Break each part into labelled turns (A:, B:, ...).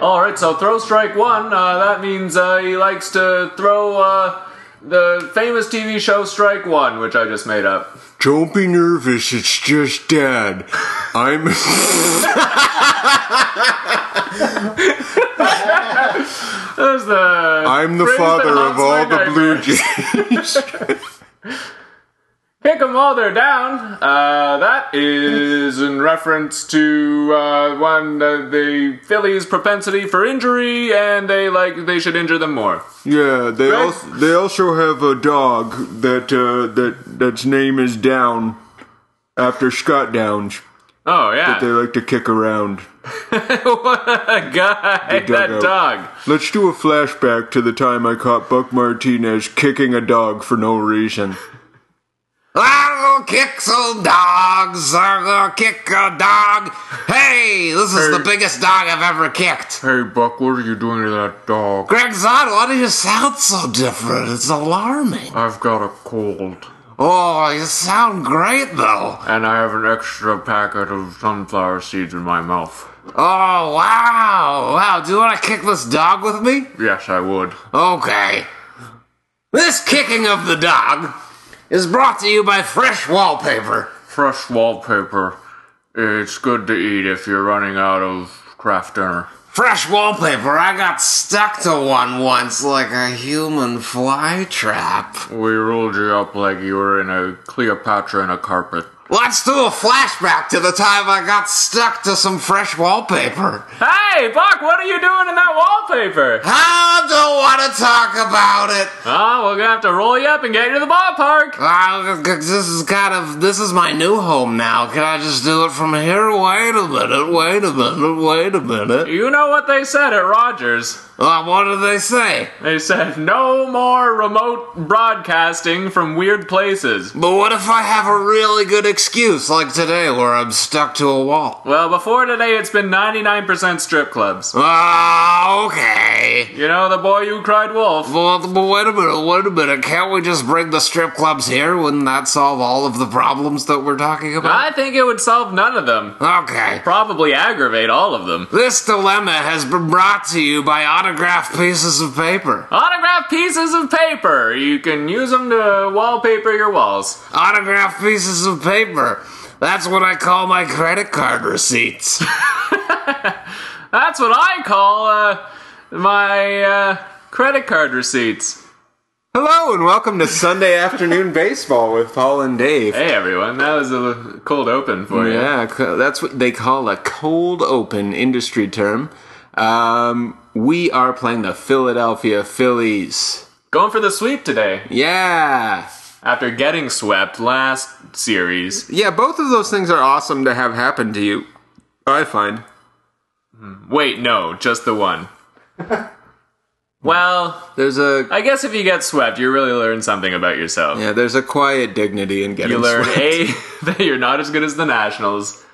A: All right, so throw strike one. Uh, that means uh, he likes to throw uh, the famous TV show Strike One, which I just made up.
B: Don't be nervous, it's just dad. I'm.
A: That's the
B: I'm the
A: Brisbane
B: father of
A: Hawks
B: all
A: Night
B: the Blue
A: Nightmares.
B: Jays.
A: Kick 'em while they're down. Uh, that is in reference to uh, one uh, the Phillies' propensity for injury, and they like they should injure them more.
B: yeah, they
A: Right.
B: also they also have a dog that uh, that that's name is Down, after Scott Downs.
A: Oh yeah,
B: They like to kick around.
A: what a guy! That
B: dugout.
A: dog.
B: Let's do a flashback to the time I caught Buck Martinez kicking a dog for no reason.
C: I'll go kick some dogs. I'll go kick a dog. Hey, this is the biggest dog I've ever kicked.
A: Hey Buck, what are you doing to that dog?
C: Greg Zod, why do you sound so different? It's alarming.
A: I've got a cold,
C: Oh, you sound great though.
A: and I have an extra packet of sunflower seeds in my mouth.
C: Oh, wow. Wow, do you want to kick this dog with me?
A: Yes, I would.
C: Okay. This kicking of the dog is brought to you by Fresh Wallpaper.
A: Fresh wallpaper. It's good to eat if you're running out of craft dinner.
C: Fresh wallpaper, I got stuck to one once like a human fly trap.
A: We rolled you up like you were in a Cleopatra in a carpet.
C: Let's do a flashback to the time I got stuck to some fresh wallpaper.
A: Hey, Buck, what are you doing in that wallpaper?
C: I don't want to talk about it.
A: Ah, we're gonna have to roll you up and get you to the ballpark.
C: Uh, this is kind of this is my new home now. Can I just do it from here? Wait a minute. Wait a minute. Wait a minute.
A: You know what they said at Rogers.
C: Uh, what do they say?
A: They said no more remote broadcasting from weird places.
C: But what if I have a really good excuse like today where I'm stuck to a wall?
A: Well, before today, it's been 99% strip clubs.
C: Ah, okay.
A: You know, the boy who cried wolf.
C: Well, but wait a minute, wait a minute. Can't we just bring the strip clubs here? Wouldn't that solve all of the problems that we're talking about?
A: I think it would solve none of them.
C: Okay.
A: Probably aggravate all of them.
C: This dilemma has been brought to you by autographed pieces of paper.
A: Autograph pieces of paper. You can use them to wallpaper your walls.
C: Autographed pieces of paper. That's what I call my credit card receipts.
A: That's what I call uh, my uh, credit card receipts.
B: Hello and welcome to Sunday afternoon baseball with Paul and Dave.
A: Hey everyone, that was a cold open for you.
B: Yeah, co- that's what they call a cold open industry term. Um, we are playing the Philadelphia Phillies.
A: Going for the sweep today
B: Yeah.
A: after getting swept last series.
B: Yeah, both of those things are awesome to have happen to you. I find.
A: Wait, no, just the one. well,
B: There's a
A: I guess if you get swept, you really learn something about yourself.
B: yeah, there's a quiet dignity in getting
A: You learn
B: swept.
A: A, that you're not as good as the Nationals,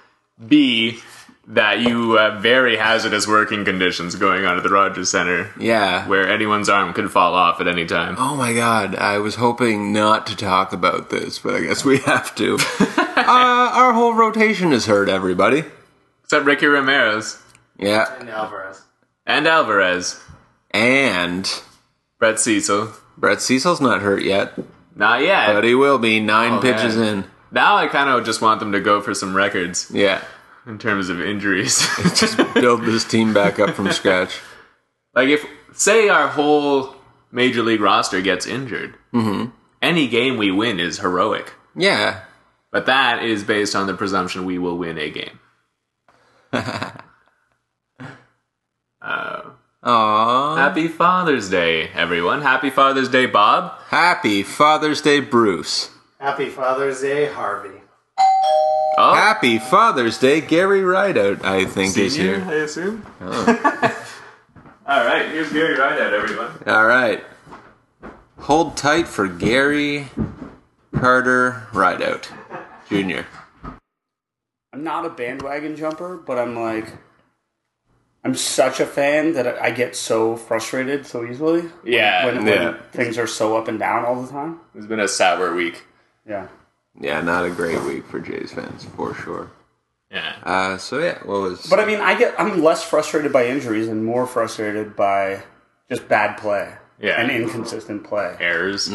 A: B, that you have very hazardous working conditions going on at the Rogers Center
B: Yeah.
A: where anyone's arm could fall off at any time.
B: Oh my god, I was hoping not to talk about this, but I guess we have to. uh, our whole rotation is hurt, everybody.
A: Except Ricky Ramirez
B: Yeah.
D: And Alvarez.
A: and Alvarez.
B: And
A: Brett Cecil.
B: Brett Cecil's not hurt yet,
A: Not yet.
B: but he will be nine
A: Oh,
B: pitches
A: man.
B: in.
A: Now I kind of just want them to go for some records
B: Yeah.
A: in terms of injuries.
B: Just build this team back up from scratch.
A: like if say our whole major league roster gets injured,
B: Mm-hmm.
A: any game we win is heroic.
B: Yeah.
A: But that is based on the presumption we will win a game.
B: Aww.
A: Happy Father's Day, everyone. Happy Father's Day, Bob.
B: Happy Father's Day, Bruce.
D: Happy Father's Day, Harvey.
A: Oh,
B: Happy Father's Day, Gary Rideout, I think is
A: Senior,
B: here.
A: I assume. Oh. All right, here's Gary Rideout, everyone.
B: All right. Hold tight for Gary Carter Rideout Jr.
E: I'm not a bandwagon jumper, but I'm like, I'm such a fan that I I get so frustrated so easily. when-
A: Yeah,
E: when, when,
B: yeah.
E: things are so up and down all the time.
A: It's been a sour week.
E: Yeah,
B: Yeah, not a great week for Jays fans, for sure.
A: Yeah.
B: Uh, so yeah, what was?
E: But I mean, I get I'm less frustrated by injuries and more frustrated by just bad play.
A: Yeah.
E: And inconsistent play.
A: Errors.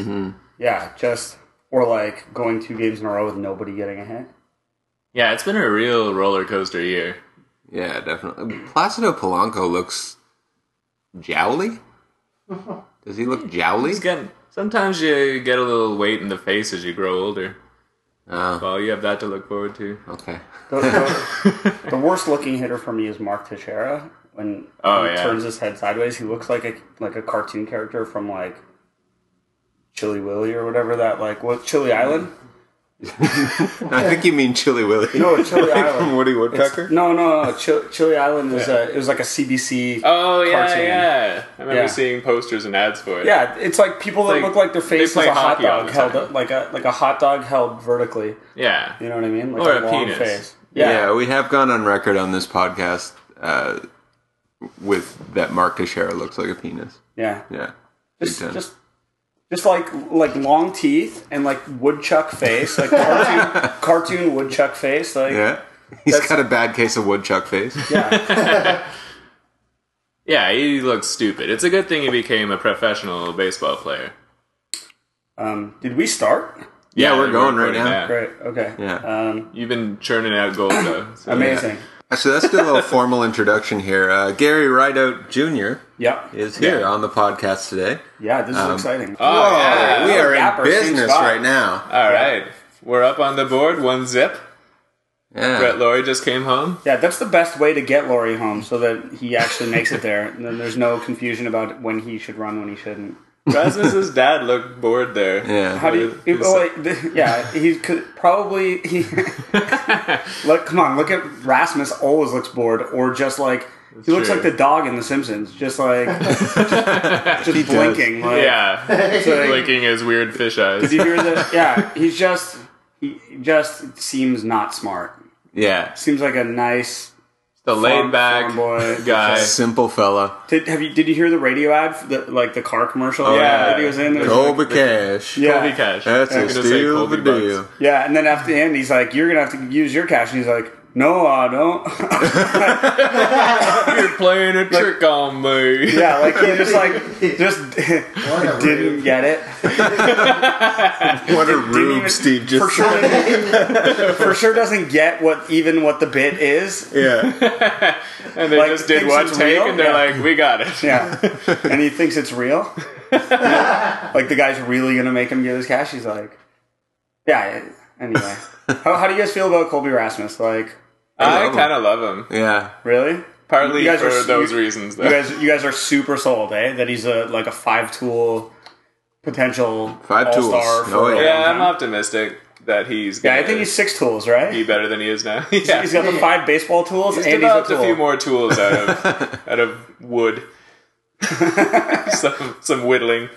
E: Yeah, just or like going two games in a row with nobody getting a hit.
A: Yeah, it's been a real roller coaster year.
B: yeah, definitely. Placido Polanco looks jowly. Does he look
A: It's
B: jowly?
A: getting, sometimes you get a little weight in the face as you grow older.
B: Oh,
A: Well, you have that to look forward to.
B: okay.
E: The, the- the worst looking hitter for me is Mark Teixeira. When
A: Oh,
E: he
A: yeah.
E: turns his head sideways, he looks like a like a cartoon character from like Chili Willy or whatever that like what Chili Island?
B: I think you mean Chili Willy
E: No, Chili
B: from
E: Island.
B: Woody
E: It's-
B: Woodpecker.
E: no, no, no. Chili, Chili Island was a it was like a CBC.
A: Oh yeah,
E: Cartoon.
A: yeah. I remember
E: Yeah.
A: seeing posters and ads for it.
E: Yeah, it's like people that
A: like
E: look like their face is
A: play
E: a hot
A: hockey all
E: dog
A: the
E: held
A: time.
E: up, like a like a hot dog held vertically.
A: yeah.
E: You know what I mean? Like
A: Or
E: a,
A: a
E: long
A: penis.
E: face.
B: Yeah.
E: Yeah.
B: we have gone on record on this podcast uh, with that Mark Teixeira looks like a penis.
E: Yeah.
B: Yeah,
E: Just,
B: Big time.
E: just just like like long teeth and like woodchuck face, like cartoon cartoon woodchuck face, like
B: yeah. He's got a bad case of woodchuck face.
A: Yeah, he looks stupid. It's a good thing he became a professional baseball player.
E: um did we start?
A: Yeah,
B: we're going right
A: recording
B: now.
E: Great. Okay.
B: Yeah.
E: Um
A: You've been churning out gold though. so-
E: amazing.
B: Uh, So that's the little formal introduction here. Uh, Gary Rideout Jr.
E: Yep. Yeah.
B: is here
A: Yeah.
B: on the podcast today.
E: this
B: Um,
E: is exciting. Uh,
A: Oh, yeah.
B: we are in
E: Yapper, same
B: business
E: spot. Uh,
B: right now.
A: All right. We're up on the board, one zip. Brett
B: Yeah.
A: Laurie just came home.
E: yeah, that's the best way to get Laurie home so that he actually makes it there. And then there's no confusion about when he should run, when he shouldn't.
A: Rasmus's dad looked bored there.
E: How
B: Yeah.
E: do you? It, well, like, th- yeah, he could probably. He, look, come on, look at Rasmus. Always looks bored, or just like he looks
A: true.
E: like the dog in The Simpsons, just like just, blinking. Like,
A: Yeah.
E: it's like-
A: Blinking his weird fish
E: Did
A: eyes.
E: you hear that? Yeah, he's just he just seems not smart.
B: Yeah.
E: Seems like a nice
A: The laid back
E: farm boy.
A: guy.
B: Simple fella.
E: Did have you? Did you hear the radio ad, for the, like the car commercial?
A: Oh, yeah.
E: that he was in. There was-
B: Kobe Cash.
E: Yeah.
A: Colby Cash.
B: That's
A: I'm
B: a
A: gonna say
B: steal of
A: Colby
B: a deal.
A: Bucks.
E: Yeah, and then after the end, he's like, "You're gonna have to use your cash," and he's like, "No, I don't."
A: You're playing a trick on me.
E: Yeah, like he just like just
D: a
E: didn't
D: rube.
E: get it.
B: What a
E: Didn't
B: rube
E: even-
B: Steve
E: for
B: just
E: sure. doesn't- for sure doesn't get what even what the bit is.
B: Yeah.
A: And they
E: Like,
A: just did
E: thinks
A: one
E: it's
A: take
E: real?
A: and they're
E: Yeah.
A: like, we got it.
E: Yeah, and he thinks it's real. like the guy's really gonna make him get his cash. He's like, yeah. Anyway, how, how do you guys feel about Colby Rasmus? Like,
A: I,
B: love him.
A: kind of love him.
B: Yeah.
E: really?
A: Partly
E: You guys
A: for
E: are-
A: those
E: you-
A: reasons, though.
E: You guys, you guys are super sold, eh? That he's a like a five tool potential
B: Five tools.
E: all-star for
B: Oh,
E: a
B: yeah.
E: long
A: yeah, I'm
E: time.
A: optimistic that he's
E: yeah.
A: gonna
E: I think he's six tools, right?
A: be better than he is now. yeah.
E: He's got the five baseball tools
A: He's
E: and he's a
A: developed a,
E: tool.
A: few more tools out of out of wood. some some whittling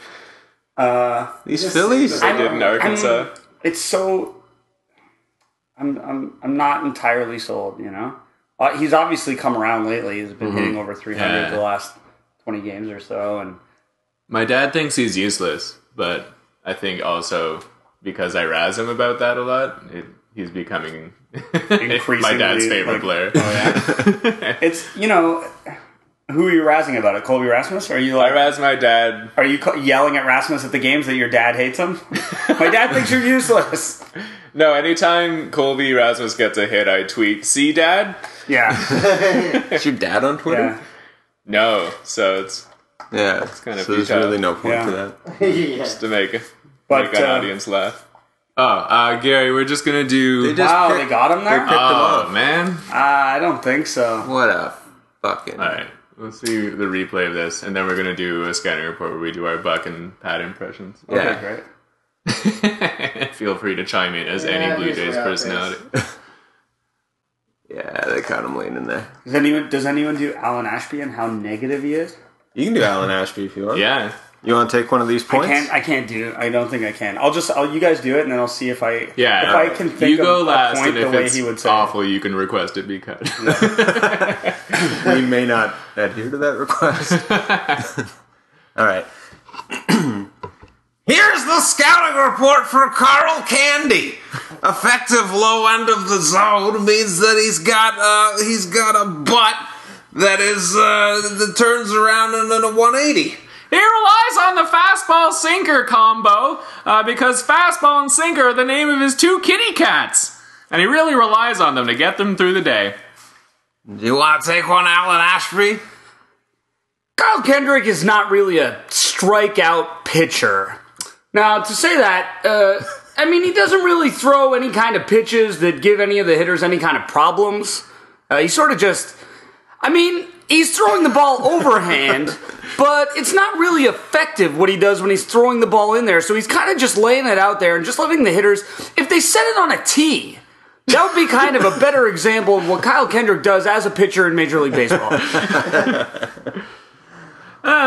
B: These Phillies.
A: they did in Arkansas.
E: It's so. I'm I'm I'm not entirely sold. You know, uh, he's obviously come around lately. He's been hitting over 300
A: Mm-hmm. Yeah.
E: the last 20 games or so, and
A: My dad thinks he's useless, but I think also because I razz him about that a lot, it, he's becoming my
E: Increasingly,
A: dad's favorite
E: like- oh,
A: player.
E: it's you know, who are you razzing about it? Colby Rasmus? Are you
A: I
E: like
A: razz my dad.
E: are you ca- yelling at Rasmus at the games that your dad hates him? My dad thinks you're useless.
A: No, anytime Colby Rasmus gets a hit, I tweet, "See, dad."
E: Yeah,
B: Is your dad on Twitter?
E: yeah.
A: No, so it's
B: Yeah.
A: kind of
B: so there's
A: futile.
B: really no point
E: Yeah.
B: to that.
D: yeah.
A: to make
E: But
A: make an
E: uh,
A: audience laugh. Oh, uh, Gary, we're just gonna do.
B: They just
E: wow,
B: picked-
E: they got him
B: They
E: there. Uh,
B: picked him
A: oh
B: up.
A: man!
E: I don't think so.
B: What a fucking.
A: All right, let's see the replay of this, and then we're gonna do a scanning report where we do our Buck and Pat impressions.
B: Yeah.
E: Okay, great.
A: Feel free to chime in as any
D: Yeah,
A: Blue
D: he's
A: Jays
D: right out
A: personality.
B: Yeah, they caught him laying in there.
E: Does anyone does anyone do Alan Ashby and how negative he is?
B: You can do Alan Ashby if you want.
A: Yeah,
B: You want to take one of these points?
E: I can't. I can't do. I don't think I can. I'll just. I'll, you guys do it, and then I'll see if I.
A: yeah.
E: If I can think
A: you go
E: of
A: last,
E: a point
A: and if
E: the way
A: it's
E: he would say. it.
A: awful, you can request it be cut.
B: we may not adhere to that request. All right.
C: Here's the scouting report for Carl Candy. Effective low end of the zone means that he's got uh, he's got a butt that is uh, that turns around in a 180.
A: He relies on the fastball sinker combo uh, because fastball and sinker are the name of his two kitty cats. And he really relies on them to get them through the day.
C: Do you want to take one, Alan Ashby?
F: Kyle Kendrick is not really a strikeout pitcher. Now, to say that, uh, I mean, he doesn't really throw any kind of pitches that give any of the hitters any kind of problems. Uh, he sort of just, I mean, he's throwing the ball overhand, but it's not really effective what he does when he's throwing the ball in there. So he's kind of just laying it out there and just letting the hitters, if they set it on a tee, that would be kind of a better example of what Kyle Kendrick does as a pitcher in Major League Baseball.
A: And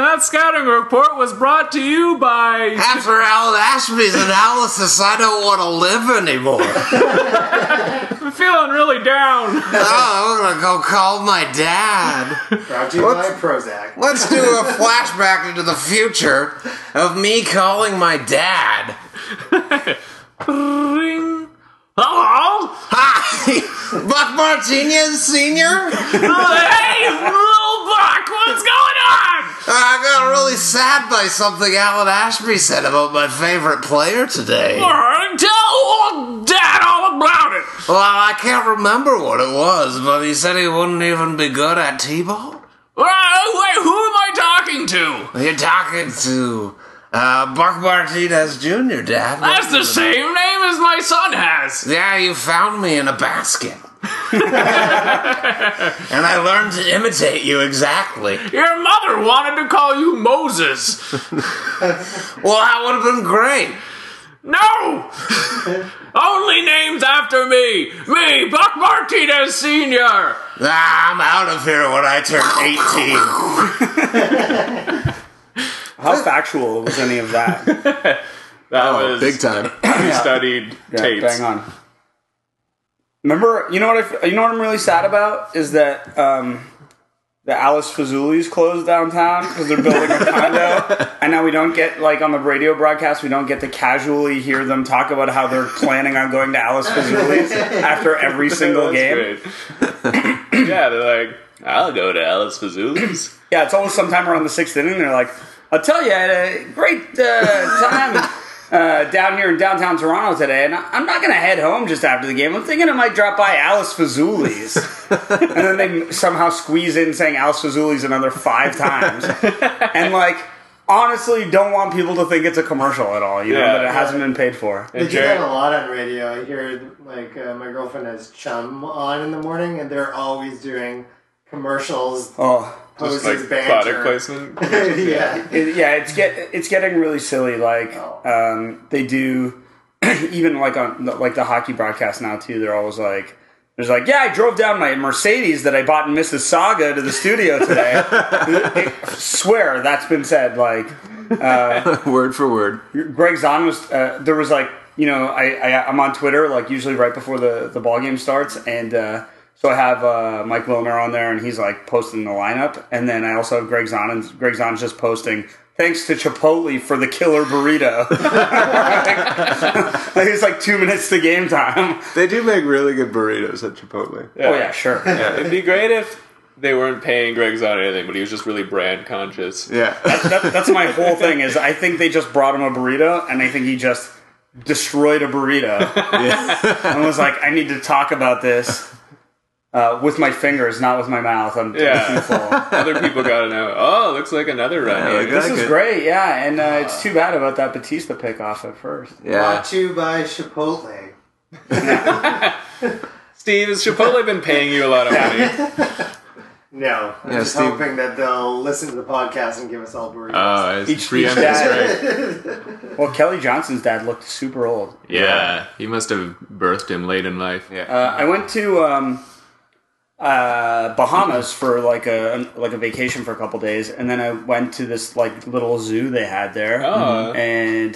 A: that scouting report was brought to you by.
C: After Alan Ashby's analysis, I don't want to live anymore.
A: I'm feeling really down.
C: Oh, I'm gonna go call my dad.
D: Brought to you by Prozac.
C: Let's do a flashback into the future of me calling my dad.
A: Ring. Hello?
C: Hi, Buck Martinez Senior.
A: hey, little buck, what's going on?
C: I got really sad by something Alan Ashby said about my favorite player today. Well,
A: Alright, tell old dad all about it.
C: I can't remember what it was, but he said he wouldn't even be good at t-ball.
A: All right, oh, wait, who am I talking to?
C: You're talking to uh, Buck Martinez Jr., Dad.
A: That's the same name as my son has.
C: Yeah, you found me in a basket. and I learned to imitate you exactly.
A: Your mother wanted to call you Moses.
C: Well, that would have been great.
A: No! Only names after me. Me, Buck Martinez Sr.
C: Ah, I'm out of here when I turn 18.
E: How factual was any of that?
A: That
B: Oh,
A: was
B: big time.
A: studied
E: Yeah,
A: tapes.
E: Bang on. Remember, you know what? I, f- you know what I'm really sad about is that um, the Alice Fazoli's closed downtown because they're building a condo, and now we don't get like on the radio broadcast. We don't get to casually hear them talk about how they're planning on going to Alice Fazoli's after every single
A: That's
E: game.
A: great. yeah, they're like, I'll go to Alice Fazula's.
E: Yeah, it's always sometime around the sixth inning. They're like, I'll tell you, I had a great uh, time uh, down here in downtown Toronto today, and I- I'm not going to head home just after the game. I'm thinking I might drop by Alice Fazouli's. and then they somehow squeeze in saying Alice Fazouli's another five times. and like, honestly, don't want people to think it's a commercial at all, you know,
A: Yeah.
E: that it hasn't been paid for.
D: They do that a lot on radio. I hear like uh, my girlfriend has Chum on in the morning, and they're always doing commercials,
E: Oh.
D: poses,
A: like product
D: banter.
A: placement.
D: yeah.
E: It, yeah, it's get it's getting really silly. Like um, they do, even like on like the hockey broadcast now too. They're always like, "There's like, yeah, I drove down my Mercedes that I bought in Mississauga to the studio today." I swear that's been said. Like
B: Word for word.
E: Greg Zahn was uh, there was like you know I, I I'm on Twitter like usually right before the the ball game starts and uh, so I have uh, Mike Wilner on there and he's like posting the lineup and then I also have Greg Zahn and Greg Zahn's just posting thanks to Chipotle for the killer burrito. like, it's like two minutes to game time.
B: They do make really good burritos at Chipotle.
E: Oh yeah, sure.
A: It'd be great if they weren't paying Greg Zahn anything, but he was just really brand conscious.
B: Yeah.
E: That, that's my whole thing is I think they just brought him a burrito and I think he just destroyed a burrito and was like, I need to talk about this uh, with my fingers, not with my mouth. I'm
A: Yeah.
E: too full.
A: Other people gotta know. Oh, looks like another run.
B: Yeah, like
E: This
B: Okay.
E: is great, yeah, and uh, it's too bad about that Batista pick off at first.
B: Yeah.
D: Brought to you by Chipotle.
A: Steve, has Chipotle been paying you a lot of money?
D: No, I'm
B: Yeah,
D: just
B: Steve-
D: hoping that they'll listen to the podcast and give us all burritos.
A: Oh, it's
E: Each-
A: preemptive
E: each dad-
A: strike.
E: Well, Kelly Johnson's dad looked super old.
A: Yeah, he must have birthed him late in life.
B: Yeah.
E: Uh, I went to um, uh, Bahamas for like a like a vacation for a couple days, and then I went to this like little zoo they had there,
A: Oh.
E: and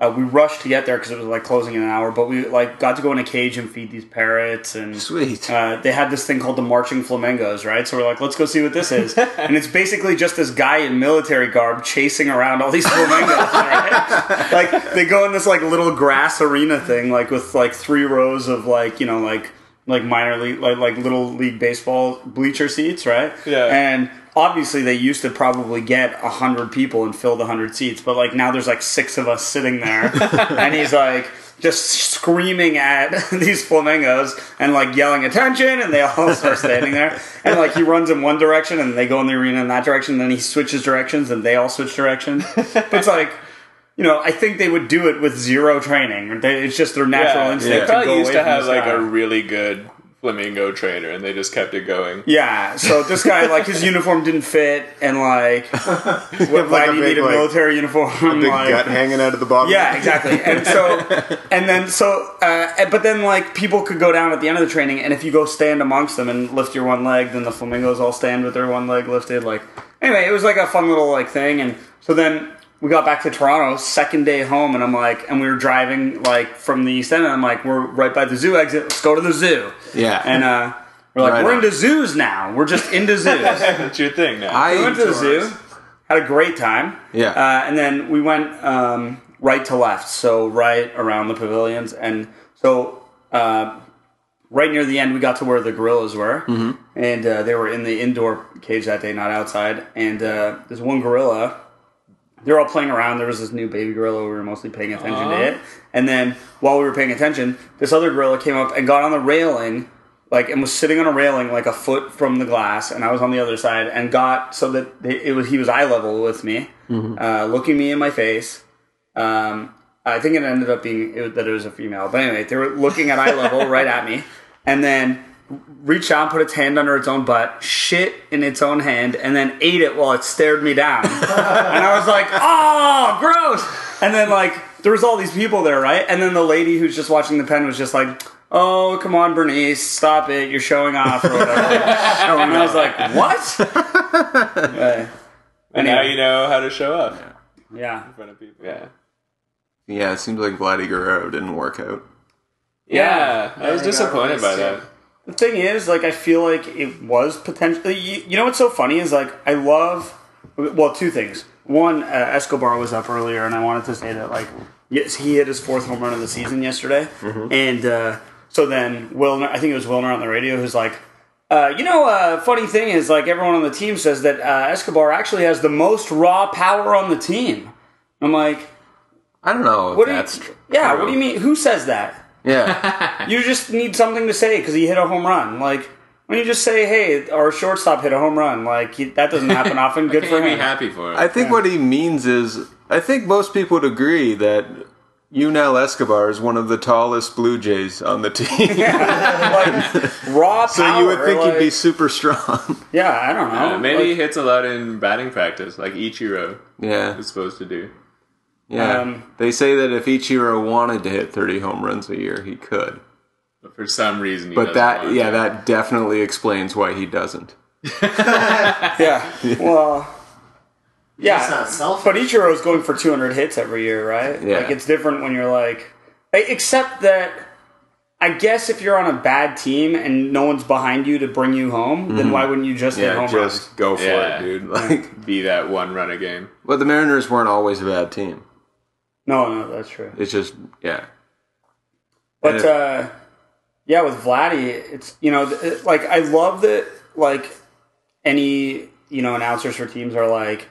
E: Uh, we rushed to get there because it was like closing in an hour, but we like got to go in a cage and feed these parrots and
B: Sweet.
E: Uh, they had this thing called the marching flamingos, right? So we're like, let's go see what this is, and it's basically just this guy in military garb chasing around all these flamingos. right? Like they go in this like little grass arena thing, like with like three rows of like you know like like minor league like like little league baseball bleacher seats, right?
A: Yeah.
E: and obviously they used to probably get 100 people and fill the 100 seats but like now there's like six of us sitting there and he's like just screaming at these flamingos and like yelling attention and they all start standing there and like he runs in one direction and they go in the arena in that direction and then he switches directions and they all switch directions but it's like you know, I think they would do it with zero training. They- It's just their natural
A: They
E: instinct. to go
A: probably used
E: away
A: to
E: from
A: have
E: this
A: like
E: guy.
A: a really good flamingo trainer, and they just kept it going.
E: Yeah, so this guy, like, his uniform didn't fit, and, like, what, why
G: like a
E: do you
G: big,
E: need a
G: like,
E: military uniform?
G: Big
E: like,
G: gut hanging out of the bottom.
E: yeah, exactly. And so, and then, so, uh, and- but then, like, people could go down at the end of the training, and if you go stand amongst them and lift your one leg, then the flamingos all stand with their one leg lifted. Like, anyway, it was like a fun little, like, thing. And so then we got back to Toronto, second day home, and I'm like, and we were driving, like, from the East End, and I'm like, we're right by the zoo exit, let's go to the zoo.
B: Yeah.
E: And, uh, we're like,
B: Right
E: we're
B: on.
E: into zoos now. We're just into zoos.
A: That's your thing now.
B: I
E: We went to the zoo, had a great time.
B: Yeah.
E: Uh, and then we went um, right to left, so right around the pavilions, and so uh, right near the end, we got to where the gorillas were,
B: Mm-hmm.
E: and uh, they were in the indoor cage that day, not outside. And uh, there's one gorilla. They're all playing around. There was this new baby gorilla. We were mostly paying attention to it. And then while we were paying attention, this other gorilla came up and got on the railing like and was sitting on a railing like a foot from the glass and i was on the other side and got so that they- it was he was eye level with me uh, looking me in my face um, i think it ended up being it, was- that it was a female but anyway they were looking at eye level right at me and then reached out put its hand under its own butt shit in its own hand and then ate it while it stared me down and i was like oh gross and then like there was all these people there right and then the lady who's just watching the pen was just like oh come on bernice stop it you're showing off or whatever and i was like what Uh,
A: and now you know how to show up in
E: yeah
A: front of people. Yeah.
B: yeah, it seems like Vladdy Guerrero didn't work out.
A: Yeah, I was disappointed by that.
E: the thing is like i feel like it was potentially you, you know what's so funny is like i love well two things one uh, escobar was up earlier and i wanted to say that like yes he hit his fourth home run of the season yesterday
B: Mm-hmm.
E: and uh, so then wilner i think it was wilner on the radio who's like uh, you know, uh, funny thing is, like everyone on the team says that uh, Escobar actually has the most raw power on the team. I'm like,
B: I don't know if
E: what do
B: that's
E: you,
B: true.
E: yeah, what do you mean? Who says that?
B: Yeah.
E: You just need something to say because he hit a home run. Like when you just say, "Hey, our shortstop hit a home run," like he, that doesn't happen often. Good for
A: Can't be
E: him.
A: happy for him.
B: I think what he means is I think most people would agree that Yunel Escobar is one of the tallest Blue Jays on the team.
E: like raw
B: so you would
E: power,
B: think he'd be
E: like-
B: super strong.
E: Yeah, I don't know.
A: Uh, maybe he
E: Like,
A: hits a lot in batting practice, like Ichiro
B: yeah.
A: is supposed to do.
B: Yeah.
E: Um,
B: they say that if Ichiro wanted to hit 30 home runs a year, he could.
A: But for some reason, he
B: But
A: doesn't
B: that
A: want
B: yeah,
A: to.
B: that definitely explains why he doesn't.
E: yeah. Well.
D: It's
E: Yeah,
D: not selfish.
E: but Ichiro's going for 200 hits every year, right?
B: Yeah.
E: Like it's different when you're like, except that I guess if you're on a bad team and no one's behind you to bring you home, then why wouldn't you just hit
B: Yeah,
E: home runs?
B: just go for
A: Yeah.
B: it, dude. Like
A: be that one run a game.
B: But the Mariners weren't always a bad team.
E: No, no, that's true.
B: It's just yeah.
E: But
B: And if-
E: uh, yeah, with Vladdy, it's you know, th- it- like I love that like any you know announcers for teams are like,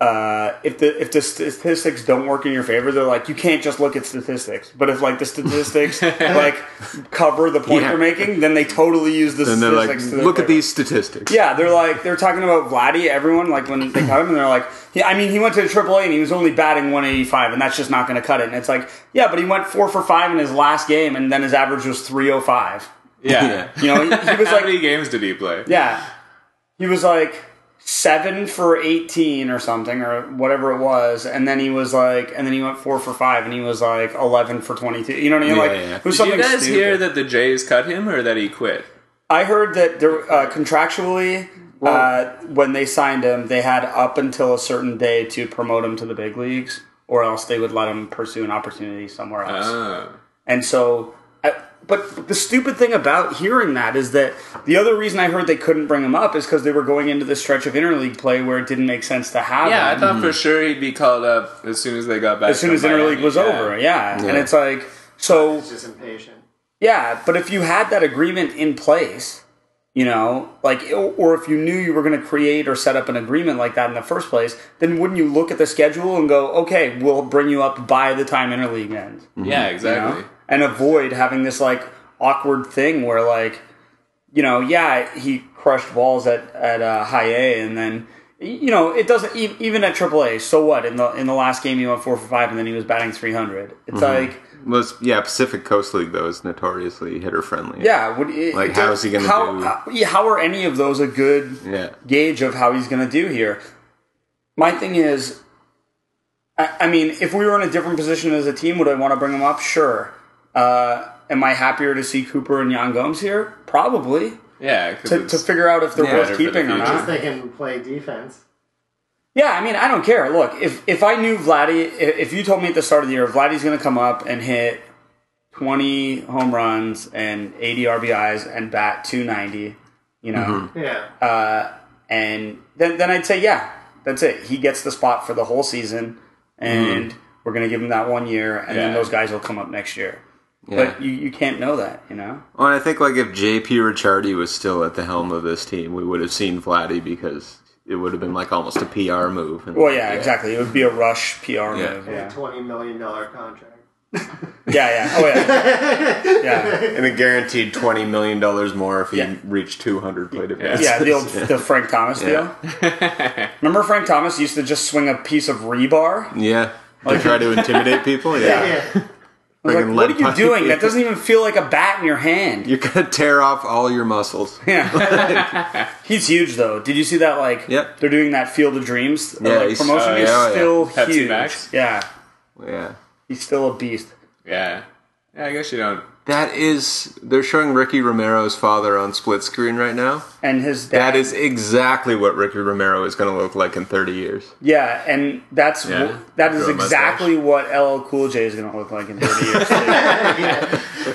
E: uh, if the if the statistics don't work in your favor, they're like you can't just look at statistics. But if like the statistics like cover the point
B: Yeah.
E: you're making, then they totally use the
B: And they're like,
E: statistics. to their
B: look at
E: favor."
B: these statistics.
E: Yeah, they're like they're talking about Vladdy. Everyone like when they cut him, and they're like, yeah, I mean, he went to AAA and he was only batting 185, and that's just not going to cut it. And it's like, yeah, but he went four for five in his last game, and then his average was 305.
A: Yeah.
E: You know, he, he was
A: How many
E: like,
A: games did he play?
E: yeah, he was like seven for 18 or something or whatever it was, and then he was like, and then he went four for five, and he was like 11 for 22. You know what I mean?
B: Yeah,
E: like,
B: yeah.
E: it was
A: Did
E: something
A: you guys
E: stupid.
A: hear that the Jays cut him or that he quit?
E: I heard that there, uh, contractually, uh, when they signed him, they had up until a certain day to promote him to the big leagues. or else they would let him pursue an opportunity somewhere else.
A: Ah.
E: And so, I, but the stupid thing about hearing that is that the other reason I heard they couldn't bring him up is because they were going into this stretch of interleague play where it didn't make sense to have
A: Yeah, I
E: him
A: thought for sure he'd be called up as soon as they got back.
E: mm-hmm. as soon as interleague was over. Yeah. and
B: Yeah.
E: it's like so.
D: He's just impatient.
E: Yeah, but if you had that agreement in place, you know, like, or if you knew you were going to create or set up an agreement like that in the first place, then wouldn't you look at the schedule and go, okay, we'll bring you up by the time interleague ends?
A: Yeah,
E: you know?
A: exactly.
E: and avoid having this like awkward thing where like you know yeah he crushed balls at at uh, high A and then you know it doesn't e- even at AAA so what in the in the last game he went four for five and then he was batting three hundred it's like
B: Let's, yeah, Pacific Coast League though is notoriously hitter friendly.
E: yeah would, it,
B: Like,
E: it
B: how
E: does-
B: is he gonna
E: how,
B: do-
E: how, yeah, how are any of those a good
B: yeah,
E: gauge of how he's going to do here. My thing is, I, I mean, if we were in a different position as a team, would I want to bring him up? Sure. Uh, am I happier to see Cooper and Jan Gomes here? Probably
A: Yeah, 'cause
E: to, to
A: it's-
E: figure out if they're
A: Yeah,
E: worth
A: for the
E: keeping or
A: future.
E: not.
D: Just they can play defense.
E: Yeah, I mean, I don't care. Look, if if I knew Vladdy, i- if you told me at the start of the year Vladdy's going to come up and hit 20 home runs and 80 RBIs and bat 290, you know,
D: Yeah.
E: and then, then I'd say, yeah, that's it. He gets the spot for the whole season, and we're going to give him that one year, and then
A: Yeah.
E: those guys will come up next year.
B: yeah.
E: But you, you can't know that, you know?
B: Well, Oh, and I think like if JP Ricciardi was still at the helm of this team, we would have seen Vladdy because it would have been like almost a PR move. And,
E: Well, yeah, exactly. It would be a rush PR move.
D: a
E: Yeah.
D: twenty million dollar contract.
E: yeah, yeah. Oh, yeah. yeah.
B: and a guaranteed twenty million dollars more if he
E: Yeah.
B: reached two hundred plate appearances.
E: Yeah, the old the Frank Thomas deal. Remember Frank Thomas used to just swing a piece of rebar?
B: yeah. They try to intimidate people.
E: Yeah.
B: Yeah,
D: Yeah.
E: Like,
B: Friggin'
E: what
B: lead
E: are you
B: pipe.
E: doing? That doesn't even feel like a bat in your hand.
B: You're gonna tear off all your muscles.
E: Yeah. He's huge though. Did you see that like
B: Yep.
E: they're doing that Field of Dreams uh,
B: Yeah,
E: like,
B: he's-
E: promotion?
B: oh,
E: he's
B: yeah, oh, yeah.
E: still
A: Pepsi
E: huge.
A: Max?
E: Yeah.
B: Yeah,
E: He's still a beast.
A: yeah, yeah. I guess you don't.
B: that is. They're showing Ricky Romero's father on split screen right now.
E: And his dad
B: That is exactly what Ricky Romero is gonna look like in thirty years.
E: Yeah, and that's
A: Yeah.
E: wh- that is
B: Grow a mustache.
E: exactly what LL Cool J is going to look like in 30 years. too.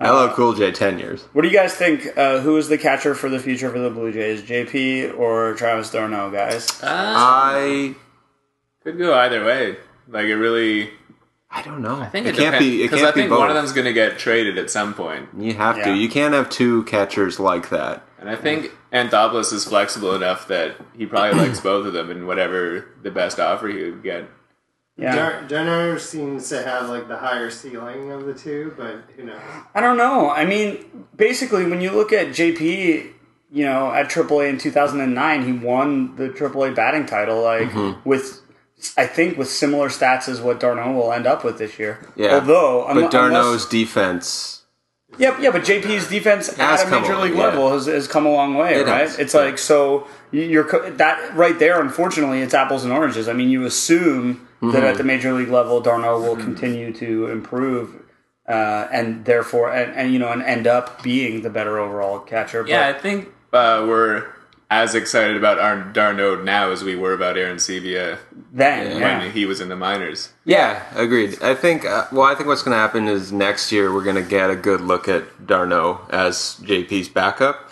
B: Hello, Cool J, ten years.
E: what do you guys think uh, who is the catcher for the future for the Blue Jays? JP or Travis Darno, guys?
A: Uh,
B: I
A: Could go either way. Like it really.
B: I don't know. I
A: think
B: it, can't
A: depends-
B: be. It
A: 'cause
B: can't
A: I think
B: be both.
A: one of them's going to get traded at some point.
B: You have
E: Yeah.
B: to. You can't have two catchers like that.
A: And I think Anthopoulos is flexible enough that he probably likes both of them and whatever the best offer he would get.
E: Yeah.
D: Dar- Darno seems to have like the higher ceiling of the two, but who knows?
E: I don't know. I mean, basically, when you look at JP, you know, at AAA in 2009, he won the AAA batting title, like
B: Mm-hmm.
E: with, I think, with similar stats as what Darno will end up with this year.
B: Yeah.
E: Although,
B: But
E: unle-
B: Darno's defense.
E: unless, yep, yeah, but JP's defense
B: Has
E: at a
B: come
E: major
B: along,
E: league
B: yeah.
E: level has, has come a long way,
B: It
E: right?
B: has,
E: It's
B: yeah.
E: like so you're co- that right there. Unfortunately, it's apples and oranges. I mean, you assume
B: Mm-hmm.
E: that at the major league level, Darno will continue to improve uh, and therefore and, and you know and end up being the better overall catcher. But
A: Yeah, I think uh, we're as excited about our Darno now as we were about Aaron Sevilla
E: then yeah.
A: when he was in the minors.
B: Yeah, agreed. I think. Uh, well, I think what's going to happen is next year we're going to get a good look at Darno as JP's backup,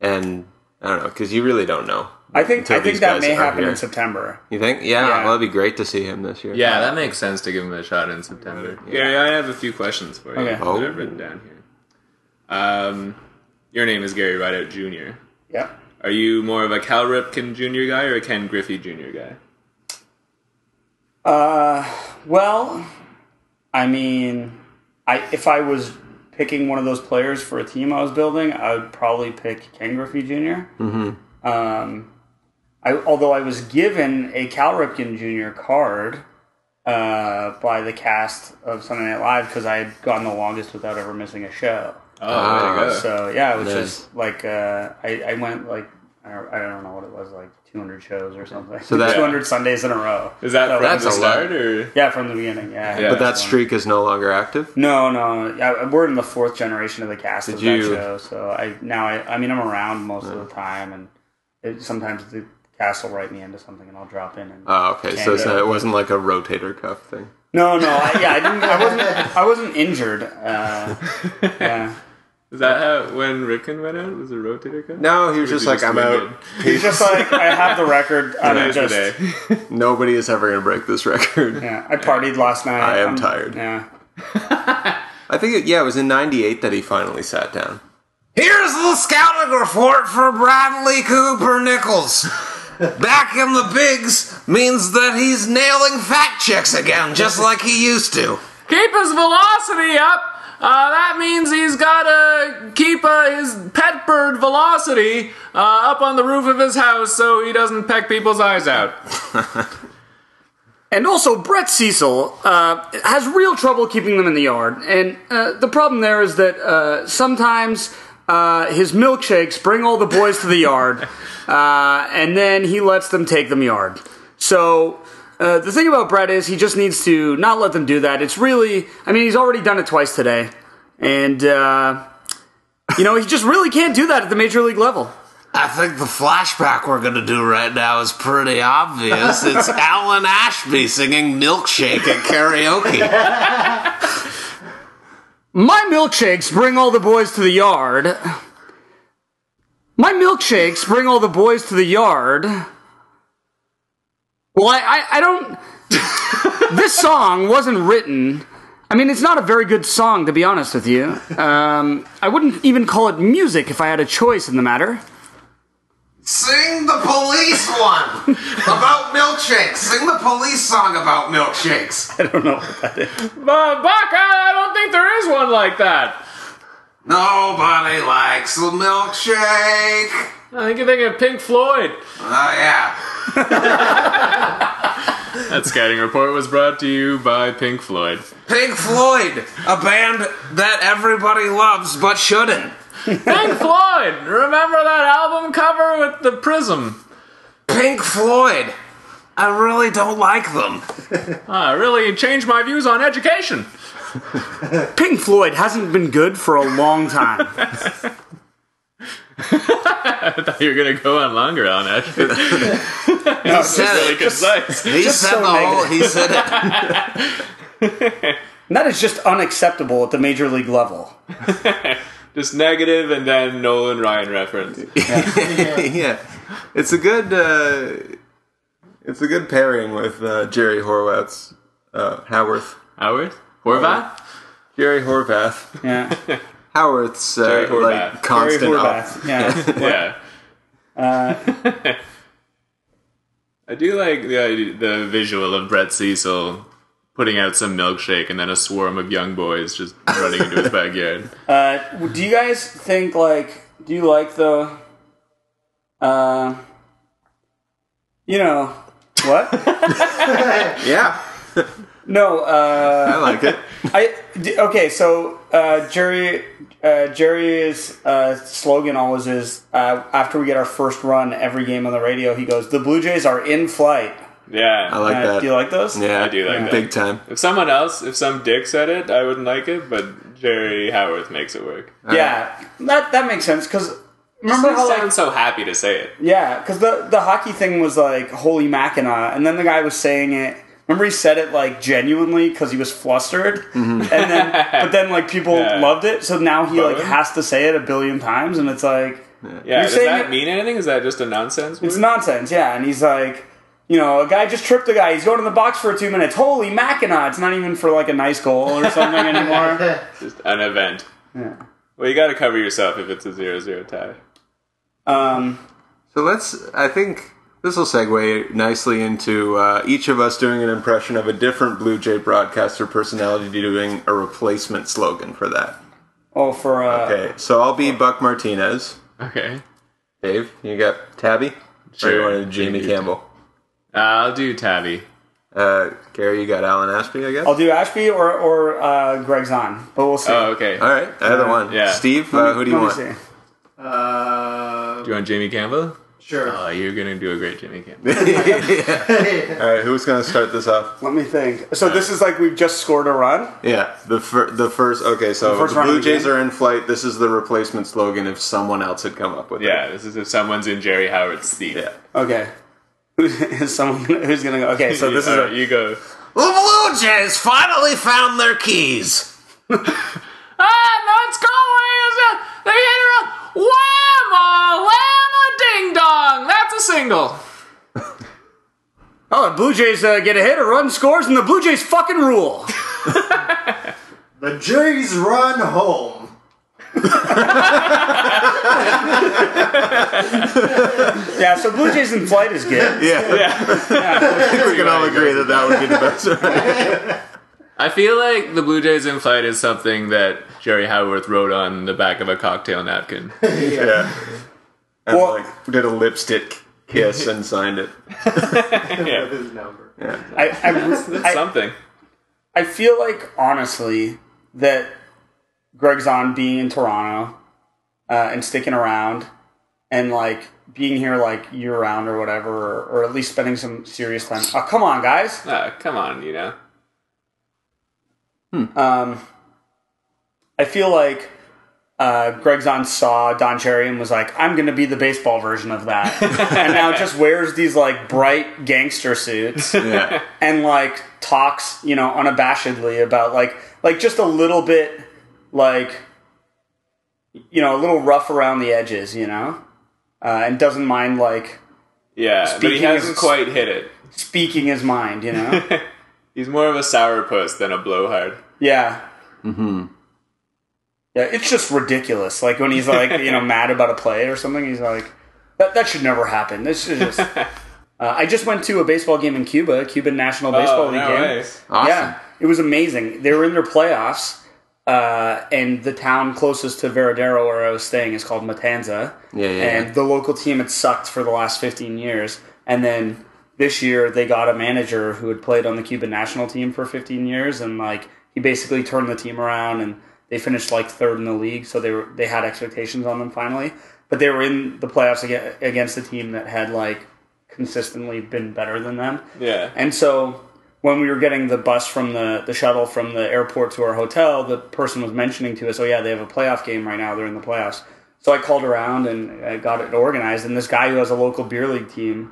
B: and I don't know because you really don't know.
E: I think
B: Until
E: I think
B: these
E: that
B: guys
E: may
B: are
E: happen
B: here.
E: in September.
B: You think? Yeah,
E: Yeah.
B: well, it'd be great to see him this year.
A: Yeah, that makes sense to give him a shot in September. Gary, I have a few questions for you
E: Okay.
A: that
B: Oh.
A: I've written down here. Um, your name is Gary Rideout Jr.
E: Yep.
A: Are you more of a Cal Ripken Jr. guy or a Ken Griffey Jr. guy?
E: Well, I mean, I if I was picking one of those players for a team I was building, I would probably pick Ken Griffey junior Mm-hmm. Um, I, although I was given a Cal Ripken Jr. card uh, by the cast of Sunday Night Live because I had gone the longest without ever missing a show.
A: Oh,
B: Ah,
A: there you go.
E: So yeah, which
B: Nice.
E: is like uh, I, I went like I don't, I don't know what it was like 200 shows or something. So
B: that-
E: 200 Sundays in a row.
A: Is that from
B: Oh, that's
A: the
B: a lot.
A: start or?
E: Yeah, from the beginning. Yeah,
A: Yeah.
B: but that streak is no longer active.
E: No, no, I- we're in the fourth generation of the cast of
B: you-
E: that show, so I now I, I mean I'm around most of the time, and it, sometimes the Cass will write me into something, and I'll drop in. And
B: Oh, okay. So it's not, it wasn't like a rotator cuff thing.
E: no, no, I, yeah, I didn't. I wasn't. I wasn't injured. Uh, yeah,
A: Is that how when Ripken went out? Was it rotator cuff?
B: No, he was just
A: he
B: like,
A: just
B: I'm
A: winded?"
B: out.
E: he's just like I have the record. I'm
A: Today's the
E: just.
A: day.
B: Nobody is ever going to break this record.
E: Yeah, I partied last night.
B: I am
E: I'm-
B: tired.
E: Yeah.
B: I think, it, yeah, it was in 98 that he finally sat down.
C: Here's the scouting report for Bradley Cooper Nichols. Back in the bigs means that he's nailing fact checks again, just like he used to.
A: keep his velocity up. Uh, that means he's got to keep uh, his pet bird velocity uh, up on the roof of his house so he doesn't peck people's eyes out.
F: And also, Brett Cecil uh, has real trouble keeping them in the yard. And uh, the problem there is that uh, sometimes uh, his milkshakes bring all the boys to the yard, uh, and then he lets them take them yard. So uh, the thing about Brett is he just needs to not let them do that. It's really, I mean, he's already done it twice today. And, uh, you know, he just really can't do that at the major league level.
C: I think the flashback we're going to do right now is pretty obvious. It's Alan Ashby singing Milkshake at karaoke.
F: My milkshakes bring all the boys to the yard. My milkshakes bring all the boys to the yard. Well, I, I, I don't. this song wasn't written. I mean, it's not a very good song, to be honest with you. Um, I wouldn't even call it music if I had a choice in the matter.
C: Sing the police one about milkshakes. Sing the police song about milkshakes.
A: But, Buck, I, I don't think there is one like that.
C: Nobody likes a milkshake.
A: I think you're thinking of Pink Floyd.
C: Oh, yeah.
A: That scouting report was brought to you by Pink Floyd.
C: Pink Floyd, a band that everybody loves but shouldn't.
A: Pink Floyd! Remember that album cover with the prism?
C: Pink Floyd, I really don't like them.
A: Ah, really changed my views on education.
F: Pink Floyd hasn't been good for a long time.
A: I thought you were going to go on longer on it.
C: He said
A: really
C: it.
A: concise.
C: He said
E: so
C: the whole. He said it.
E: And that is just unacceptable at the major league level.
A: Just negative and then Nolan Ryan reference.
B: yeah, it's a good uh, it's a good pairing with uh, Jerry Horwath's uh, Howarth
A: Howard? Horvath?
B: Jerry Horvath
E: Yeah.
B: Howarth's uh,
A: Jerry Horvath.
B: like
E: Very
B: constant
F: Oh.
B: op-
E: Horvath. Yeah.
A: Yeah. Uh, I do like the idea- the visual of Brett Cecil putting out some milkshake and then a swarm of young boys just running into his backyard.
E: Uh, do you guys think like? Do you like the? Uh, you know what?
B: Yeah,
E: no. Uh,
B: I like it.
E: I d- okay. So uh, Jerry. Uh, Jerry's uh, slogan always is uh, after we get our first run every game on the radio, he goes, The Blue Jays are in flight.
A: Yeah.
B: I like
E: Uh,
B: that.
E: do you like those?
B: yeah,
A: I do like that.
B: big time.
A: if someone else, if some dick said it, I wouldn't like it, but Jerry Howarth makes it work.
E: Yeah, that that makes sense because remember
A: He
E: how like
A: sounds so happy to say it.
E: yeah, because the the hockey thing was like holy Mackinac, and then the guy was saying it. Remember he said it like genuinely because he was flustered,
B: Mm-hmm.
E: and then but then like people
A: Yeah.
E: loved it, so now he like
A: Bowen?
E: has to say it a billion times, and it's like
A: Yeah, does
E: saying
A: that
E: it-
A: mean anything? Is that just a nonsense?
E: it's nonsense. Yeah, and he's like. You know, a guy just tripped a guy. He's going to the box for two minutes. Holy Mackinac! It's not even for like a nice goal or something anymore.
A: just an event.
E: Yeah.
A: Well, you got to cover yourself if it's a zero-zero tie.
E: Um,
B: So let's. I think this will segue nicely into uh, each of us doing an impression of a different Blue Jay broadcaster personality doing a replacement slogan for that.
E: oh, for uh,
B: Okay, so I'll be Buck Martinez.
A: Okay.
B: Dave, you got Tabby? Or
A: Sure.
B: you wanted Jamie
A: Jamie.
B: Campbell?
A: Uh, I'll do Tabby.
B: Uh, Gary, you got Alan Ashby, I guess?
E: I'll do Ashby or or uh, Greg Zahn, but we'll see.
A: Oh, okay.
B: All right, either one.
A: yeah.
B: Steve, uh, who Uh, do you
E: Let me
B: want?
E: see.
D: Uh,
A: Do you want Jamie Campbell?
D: sure.
A: Oh, you're gonna do a great Jimmy Campbell.
B: All right, who's going to start this off?
E: Let me think. So this is like we've just scored a run.
B: Yeah, the fir- the first. Okay, so the,
E: first round
B: Blue
E: of the
B: Jays
E: game?
B: are in flight. This is the replacement slogan if someone else had come up with
A: yeah,
B: it.
A: this is if someone's in Jerry Howard's seat.
B: Yeah.
E: Okay. Who's is someone gonna, who's going to go? Okay, so this is
A: All
E: a,
A: right, you go.
C: The Blue Jays finally found their keys.
A: Ah, no, it's going. They hit her. Whammo, whammo, ding dong. That's a single.
F: Oh, the Blue Jays uh, get a hit, a run scores, and the Blue Jays fucking rule.
D: The Jays run home.
E: yeah. So Blue Jays in flight is good.
B: Yeah, I think we can all agree that that would be the best.
A: I feel like the Blue Jays in flight is something that Jerry Howarth wrote on the back of a cocktail napkin.
B: yeah, and
E: Well-
B: like did a lipstick kiss and signed it.
D: With his number.
E: I I, I,
A: something.
E: I feel like honestly that Greg Zahn being in Toronto uh, and sticking around and like being here like year round or whatever, or, or at least spending some serious time. Oh, come on, guys.
A: Ah, come on, you know.
E: Um, I feel like uh, Greg Zahn saw Don Cherry and was like, "I'm going to be the baseball version of that," and now just wears these like bright gangster suits.
B: Yeah,
E: and like talks, you know, unabashedly about like like just a little bit like you know, a little rough around the edges, you know? Uh, and doesn't mind like
A: Yeah, but he
E: Speaking
A: hasn't
E: of-
A: quite hit it.
E: speaking his mind, you know?
A: He's more of a sourpuss than a blowhard.
E: yeah. Mhm.
A: Mm-hmm.
E: Yeah, it's just ridiculous. Like when he's like, you know, mad about a play or something, he's like that that should never happen. This is just uh, I just went to a baseball game in Cuba, Cuban National Baseball
A: Oh,
E: League
A: no
E: game.
A: way.
B: awesome.
E: Yeah, it was amazing. They were in their playoffs, uh, and the town closest to Veradero where I was staying is called Matanza.
B: Yeah, yeah,
E: And
B: yeah.
E: the local team had sucked for the last 15 years, and then this year they got a manager who had played on the Cuban national team for 15 years, and like he basically turned the team around, and they finished like third in the league, so they were they had expectations on them finally. But they were in the playoffs aga- against a team that had like consistently been better than them.
A: Yeah.
E: And so when we were getting the bus from the, the shuttle from the airport to our hotel, the person was mentioning to us, oh, yeah, they have a playoff game right now. They're in the playoffs. So I called around and I got it organized. And this guy who has a local beer league team,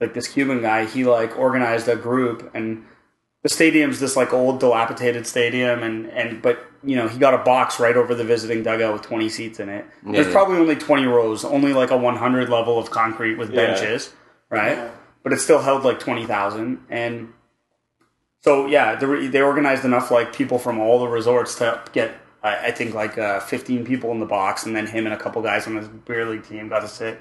E: like this Cuban guy, he like organized a group and the stadium's this like old dilapidated stadium and, and but you know he got a box right over the visiting dugout with 20 seats in it there's
B: yeah.
E: probably only 20 rows only like a 100 level of concrete with benches right but it still held like 20,000 and so yeah they, were- they organized enough like people from all the resorts to get i, I think like uh, 15 people in the box and then him and a couple guys on his beer league team got to sit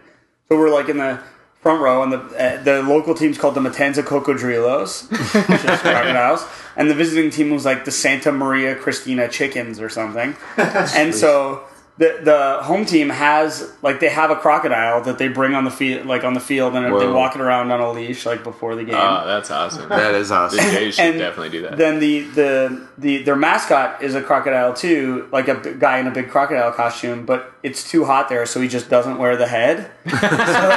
E: so we're like in the front row and the uh, the local team's called the matanza cocodrilos which is crocodiles and the visiting team was like the santa maria cristina chickens or something and so the the home team has like they have a crocodile that they bring on the field like on the field and they
B: Whoa.
E: walk it around on a leash like before the game
A: Oh, that's awesome. The
B: that is awesome.
A: Jays should
E: And
A: definitely do that.
E: then the, the the their mascot is a crocodile too, like a b- guy in a big crocodile costume. But it's too hot there, so he just doesn't wear the head. so,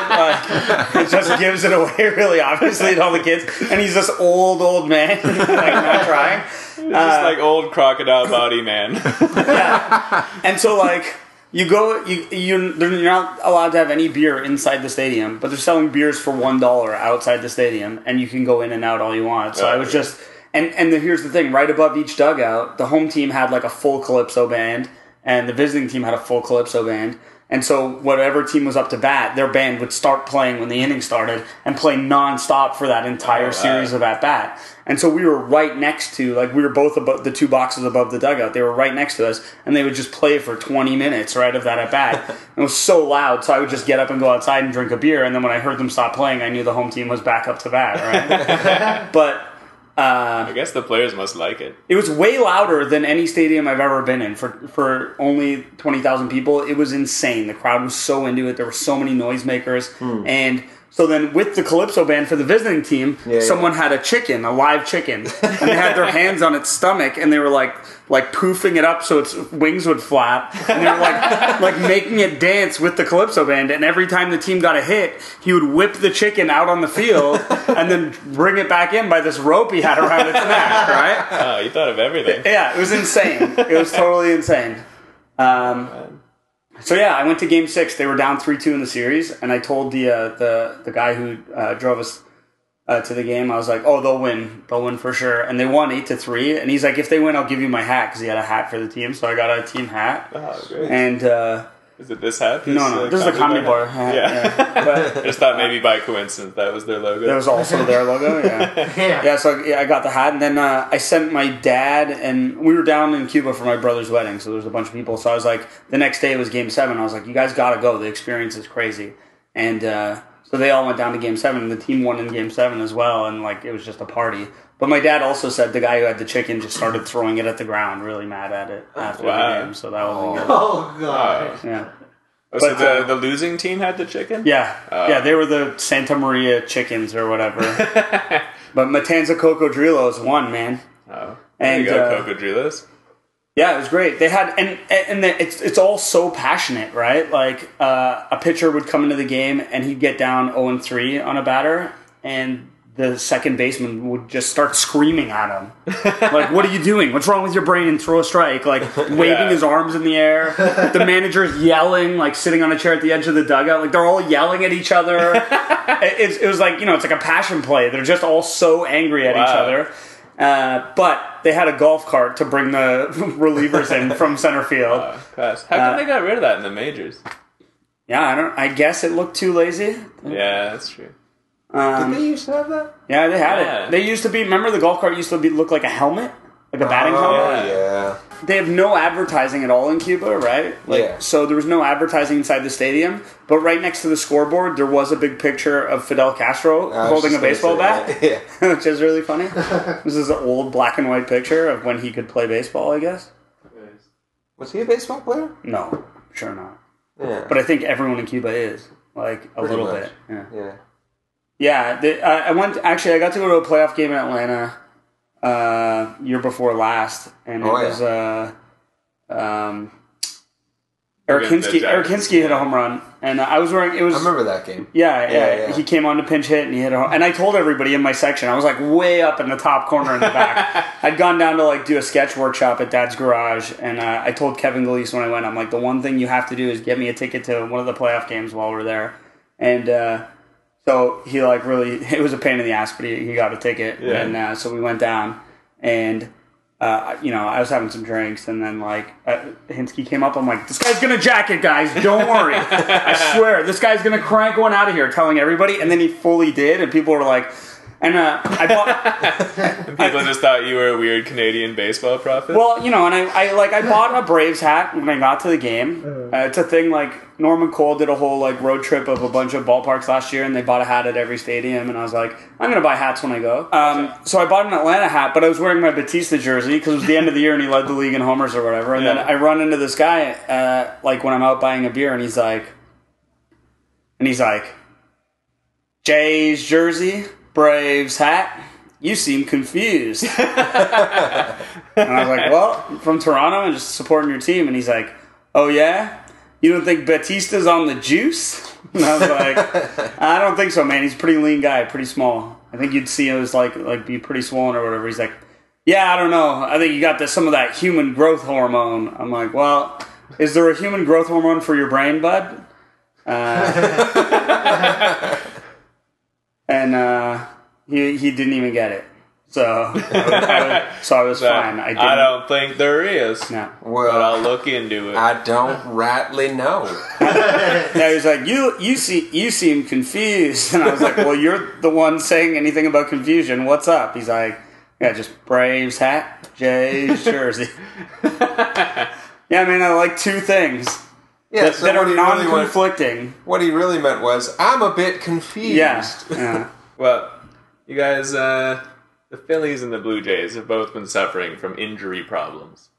E: like, it just gives it away really obviously to all the kids. And he's this old old man, like not trying.
A: Just like old crocodile body man.
E: And so like you go you you they're- you're not allowed to have any beer inside the stadium, but they're selling beers for one dollar outside the stadium, and you can go in and out all you want. So I was just and and the, here's the thing: right above each dugout, the home team had like a full calypso band, and the visiting team had a full calypso band. And so whatever team was up to bat, their band would start playing when the inning started and play nonstop for that entire series of at bat. And so we were right next to, like we were both above the two boxes above the dugout. They were right next to us, and they would just play for 20 minutes right of that at bat. And it was so loud, so I would just get up and go outside and drink a beer. And then when I heard them stop playing, I knew the home team was back up to bat. Right, but
A: I guess the players must like it.
E: it was way louder than any stadium I've ever been in for for only twenty thousand people. It was insane. The crowd was so into it. There were so many noisemakers, and so then with the calypso band for the visiting team, someone had a chicken, a live chicken, and they had their hands on its stomach, and they were like like poofing it up so its wings would flap, and they were like like making it dance with the calypso band. And every time the team got a hit, he would whip the chicken out on the field and then bring it back in by this rope he had around its neck, right?
A: Oh, you thought of everything.
E: Yeah, it was insane. it was totally insane. Um, so yeah, I went to Game Six. They were down three two in the series, and I told the uh, the the guy who uh, drove us uh, to the game. I was like, oh, they'll win, they'll win for sure, and they won eight to three. And he's like, if they win, I'll give you my hat because he had a hat for the team, so I got a team hat.
A: Oh, great.
E: And uh,
A: Is it this hat?
E: no, no,
A: uh,
E: this is the comedy bar hat.
A: Yeah.
E: yeah. But
A: I just thought maybe by coincidence that was their logo.
E: that was also their logo. Yeah.
D: Yeah.
E: Yeah, so yeah, I got the hat, and then uh, I sent my dad, and we were down in Cuba for my brother's wedding, so there was a bunch of people. So I was like, the next day was Game Seven. I was like, you guys got to go. The experience is crazy, and uh, so they all went down to Game Seven, and the team won in Game Seven as well, and like it was just a party. But my dad also said the guy who had the chicken just started throwing it at the ground, really mad at it after
A: Wow.
E: the game. So that wasn't
D: Oh god.
E: good. Yeah,
A: Oh, so
E: But,
A: the,
E: uh,
A: the losing team had the chicken?
E: yeah,
A: Uh,
E: yeah. They were the Santa Maria chickens or whatever. but Matanza Cocodrilos won, man.
A: Oh. There
E: And
A: you go,
E: uh,
A: Cocodrilos.
E: Yeah, it was great. They had and and the, it's it's all so passionate, right? Like uh, a pitcher would come into the game and he'd get down zero and three on a batter, and the second baseman would just start screaming at him, like, "What are you doing? What's wrong with your brain?" And throw a strike, like waving
A: Yeah.
E: his arms in the air. The manager's yelling, like sitting on a chair at the edge of the dugout, like they're all yelling at each other. it, it's- it was like you know, it's like a passion play. They're just all so angry at each
A: Wow.
E: other. Uh, but they had a golf cart to bring the relievers in from center field.
A: Oh, class. How
E: Uh,
A: come they got rid of that in the majors?
E: Yeah, I don't. I guess it looked too lazy.
A: Yeah, that's true.
E: Um,
B: They used to have that.
E: yeah, they had
A: Yeah.
E: it. They used to be. Remember, the golf cart used to be look like a helmet, like a batting helmet.
A: yeah.
B: Uh, yeah.
E: They have no advertising at all in Cuba, right? Like,
B: Yeah.
E: So there was no advertising inside the stadium, but right next to the scoreboard, there was a big picture of Fidel Castro
B: I was
E: holding a
B: just gonna
E: baseball
B: say
E: bat.
B: that. Yeah.
E: which is really funny. this is an old black and white picture of when he could play baseball, I guess.
B: Was he a baseball player?
E: No, sure not.
B: Yeah.
E: But I think everyone in Cuba is like a little
B: much.
E: bit. Yeah,
B: yeah.
E: yeah. They, I, I went actually. I got to go to a playoff game in Atlanta uh, year before last, and
B: Oh,
E: it
B: yeah.
E: was uh, um, Eric
A: Against the
E: Hinsky. Eric
A: Giants.
E: Hinsky hit a home run, and I was wearing it was
B: I remember that game.
E: Yeah, yeah,
B: yeah.
E: He came on to pinch hit and he hit a home. And I told everybody in my section, I was like way up in the top corner in the back. I'd gone down to like do a sketch workshop at Dad's Garage, and uh, I told Kevin Galise when I went, I'm like, the one thing you have to do is get me a ticket to one of the playoff games while we're there. And uh, so he like really, it was a pain in the ass, but he, he got a ticket,
A: Yeah.
E: and uh, so we went down and. Uh, you know, I was having some drinks, and then like uh, Hinsky came up. I'm like, "This guy's gonna jack it, guys. Don't worry. I swear, this guy's gonna crank one out of here." Telling everybody, and then he fully did, and people were like, "And uh, I bought,
A: People just thought you were a weird Canadian baseball prophet.
E: well, you know, and I, I like I bought a Braves hat when I got to the game. Uh, it's a thing like Norman Cole did a whole like road trip of a bunch of ballparks last year, and they bought a hat at every stadium. And I was like, I'm gonna buy hats when I go. Um, so I bought an Atlanta hat, but I was wearing my Batista jersey because it was the end of the year, and he led the league in homers or whatever. And
A: Yeah.
E: then I run into this guy uh, like when I'm out buying a beer, and he's like, and he's like, Jay's jersey, Braves hat. You seem confused. And I was like, well, from Toronto and just supporting your team. And he's like, oh, yeah? You don't think Batista's on the juice? And I was like, I don't think so, man. He's a pretty lean guy, pretty small. I think you'd see him as like, like be pretty swollen or whatever. He's like, yeah, I don't know. I think you got this, some of that human growth hormone. I'm like, well, is there a human growth hormone for your brain, bud? Uh, and uh, he, he didn't even get it. So, I was, so I was
A: So,
E: fine. I didn't.
A: don't think there is.
E: No.
A: But I'll
B: Well,
A: look into it.
B: I don't rightly know.
E: Yeah, he was like, "You, you see, you seem confused," and I was like, "Well, you're the one saying anything about confusion. What's up?" He's like, "Yeah, just Braves hat, Jays jersey." yeah, I mean, I like two things
B: Yeah,
E: that,
B: so
E: that
B: what,
E: are
B: he really went-
E: non-conflicting.
B: what he really meant was, I'm a bit confused.
E: Yeah, yeah.
A: Well, you guys, uh, the Phillies and the Blue Jays have both been suffering from injury problems.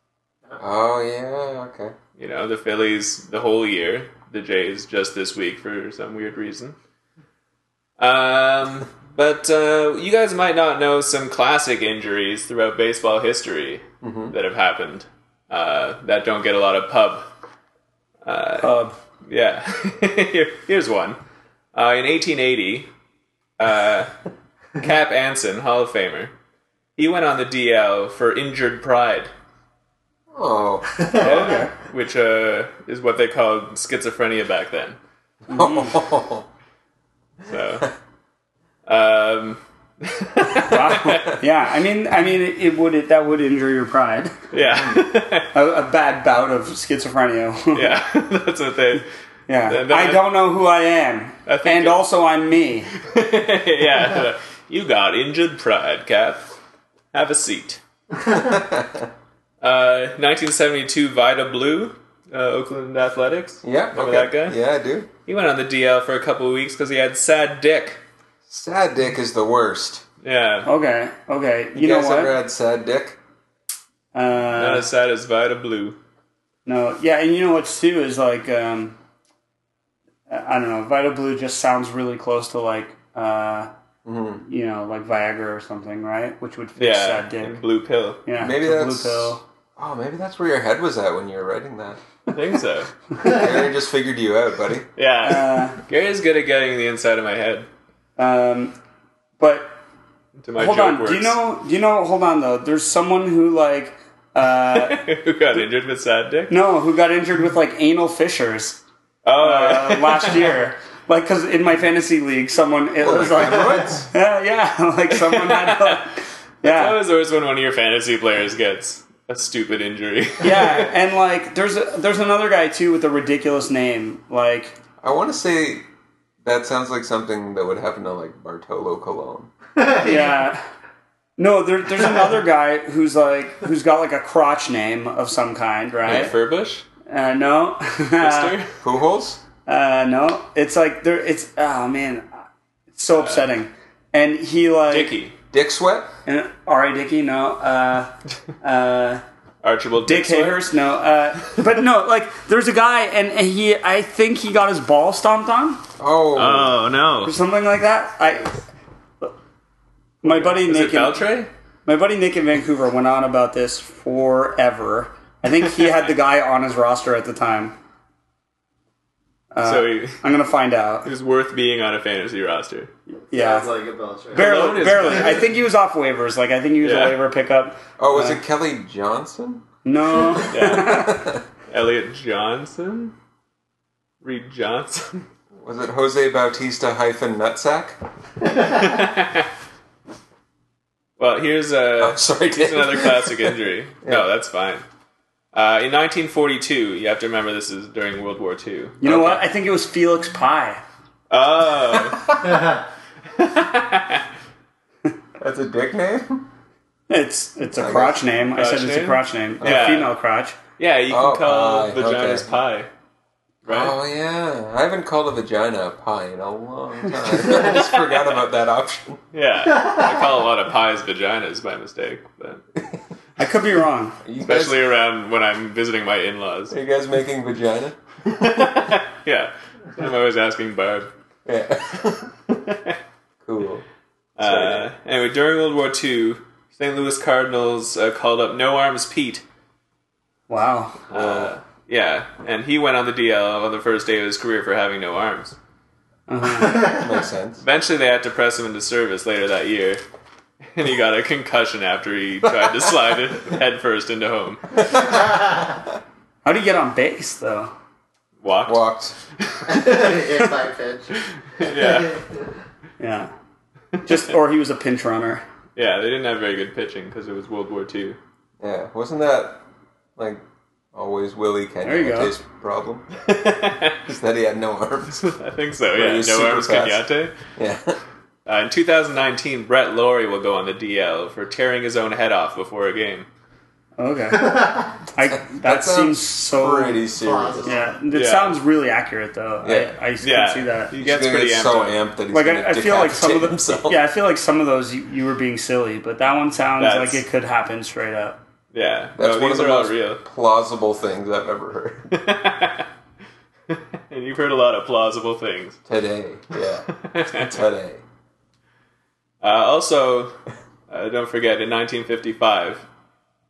B: Oh, yeah, okay.
A: You know, the Phillies the whole year, the Jays just this week for some weird reason. Um, but uh, you guys might not know some classic injuries throughout baseball history that have happened uh, that don't get a lot of pub.
E: Uh,
A: Yeah, Here- here's one. Uh, in 1880, uh, Cap Anson, Hall of Famer, he went on the DL for injured pride,
B: Oh,
A: which uh, is what they called schizophrenia back then. So, um,
E: Wow. yeah, I mean, I mean, it, it would it, that would injure your pride.
A: Yeah.
E: A, a bad bout of schizophrenia.
A: yeah. That's what they.
E: yeah.
A: Then- then
E: I
A: I-
E: don't know who I am,
A: I think
E: and
A: it-
E: also I'm me.
A: yeah. You got injured pride, Cap. Have a seat. uh, 1972 Vita Blue, uh, Oakland Athletics.
B: Yeah,
A: Remember
B: okay.
A: that guy?
B: Yeah, I do.
A: He went on the DL for a couple of weeks because he had sad dick.
B: Sad Dick is the worst.
A: Yeah.
E: Okay, okay. You,
B: You
E: know
B: guys ever
E: what?
B: had Sad Dick?
E: Uh,
A: Not as sad as Vita Blue.
E: No, yeah, and you know what's too is like um I I don't know, Vital Blue just sounds really close to like uh you know, like Viagra or something, right? Which would fix
A: Mm-hmm. Yeah.
E: that dick.
A: Blue pill.
E: Yeah,
B: Maybe
E: it's a
B: that's-
E: blue pill.
B: Oh, maybe that's where your head was at when you were writing that.
A: I think so.
B: Aaron just figured you out, buddy.
A: Yeah.
E: Uh,
A: Gary's good at getting the inside of my head.
E: Um but
A: To my
E: hold
A: joke
E: on,
A: works.
E: do you know do you know hold on though, there's someone who like uh
A: Who got injured with sad dick?
E: no, who got injured with like anal fissures
A: Oh,
E: uh, last year. Like, cause in my fantasy league, someone it was like,
B: Hemorrhoids?
E: yeah, yeah, like someone had, like, yeah.
A: That was always when one of your fantasy players gets a stupid injury.
E: yeah, and like there's a, there's another guy too with a ridiculous name. Like
B: I want to say that sounds like something that would happen to like Bartolo Colon.
E: yeah. No, there, there's another guy who's like who's got like a crotch name of some kind,
A: Like
E: right?
A: Furbush?
E: Uh, no,
A: Mister?
B: Pujols?
E: uh, no. It's like there. It's oh man, it's so upsetting. and he like
A: Dicky.
B: Dick Sweat?
E: and R. A. Dickey. No, uh, uh,
A: Archibald
E: Dick Hayhurst. No, uh, but no. Like there's a guy, and, and he I think he got his ball stomped on.
B: Oh,
E: Uh,
A: Oh, no.
E: or something like that. I my buddy
A: Is it
E: Nick in,
A: Beltray?
E: my buddy Nick in Vancouver went on about this forever. I think he had the guy on his roster at the time.
A: so he,
E: I'm gonna find out.
A: he's worth being on a fantasy roster.
D: Sounds
E: Yeah,
D: like a Belcher.
A: Malone
E: barely,
A: is-
E: barely. I think he was off waivers. Like I think he was
A: Yeah.
E: a waiver pickup.
B: oh,
E: uh.
B: was it Kelly Johnson?
E: No,
A: Elliot Johnson? Reed Johnson?
B: Was it Jose Bautista hyphen Nutsack?
A: Well, here's a.
B: I'm Oh, sorry, Dick.
A: It's another classic injury. No, that's fine. Uh, in 1942, you have to remember this is during World War II.
E: you know what? I think it was Felix Pie.
A: Oh,
B: That's a dick name?
E: It's it's a crotch name. I said
A: Crotch
E: it's a
A: name?
E: crotch name.
A: Yeah.
E: A female crotch.
A: yeah, you can
B: Oh,
A: call
B: pie,
A: vaginas
B: okay.
A: pie,
B: Oh,
A: right?
B: yeah. I haven't called a vagina a pie in a long time. I just forgot about that option.
A: Yeah, I call a lot of pies vaginas by mistake, but
E: I could be wrong.
B: You guys-
A: especially around when I'm visiting my in-laws.
B: are you guys making vagina?
A: Yeah, I'm always asking Barb.
B: Yeah. cool.
A: Uh, anyway, during World War II, St. Louis Cardinals uh, called up No Arms Pete.
E: Wow.
A: Yeah, and he went on the DL on the first day of his career for having no arms.
E: Uh-huh.
B: Makes sense.
A: Eventually, they had to press him into service later that year, and he got a concussion after he tried to slide it headfirst into home.
E: How do you get on base though?
A: Walked.
B: Walked.
D: Inside pitch.
A: Yeah,
E: Yeah. Just or he was a pinch runner.
A: yeah. They didn't have very good pitching because it was World War II.
B: Yeah. Wasn't that like always Willie
E: There you go.
B: Kenyate's problem? Is that he had no arms?
A: I think so.
B: he
A: Yeah,
B: was
A: no
B: super
A: arms,
B: fast.
A: Kenyatte.
B: Yeah.
A: Uh, in 2019, Brett Lowry will go on the DL for tearing his own head off before a game.
E: Okay. I, that, seems so.
B: pretty serious.
D: plausible.
E: Yeah, it
A: Yeah.
E: sounds really accurate though.
B: Yeah.
E: I, I can
A: Yeah,
E: see that.
A: he
B: He's
A: gets
B: gonna
A: pretty
B: get
A: amped.
B: so
A: up.
B: amped that he's
E: Like
B: gonna
E: I, I feel like some
B: decapitate
E: of the
B: himself.
E: yeah, I feel like some of those you, you were being silly, but that one sounds
A: That's-
E: like it could happen straight up.
A: Yeah,
B: That's
A: no,
B: one
A: these
B: of the
A: are all
B: most
A: real.
B: plausible things I've ever heard
A: And you've heard a lot of plausible things.
B: today. Yeah, today.
A: Uh, also, uh, don't forget, in 1955,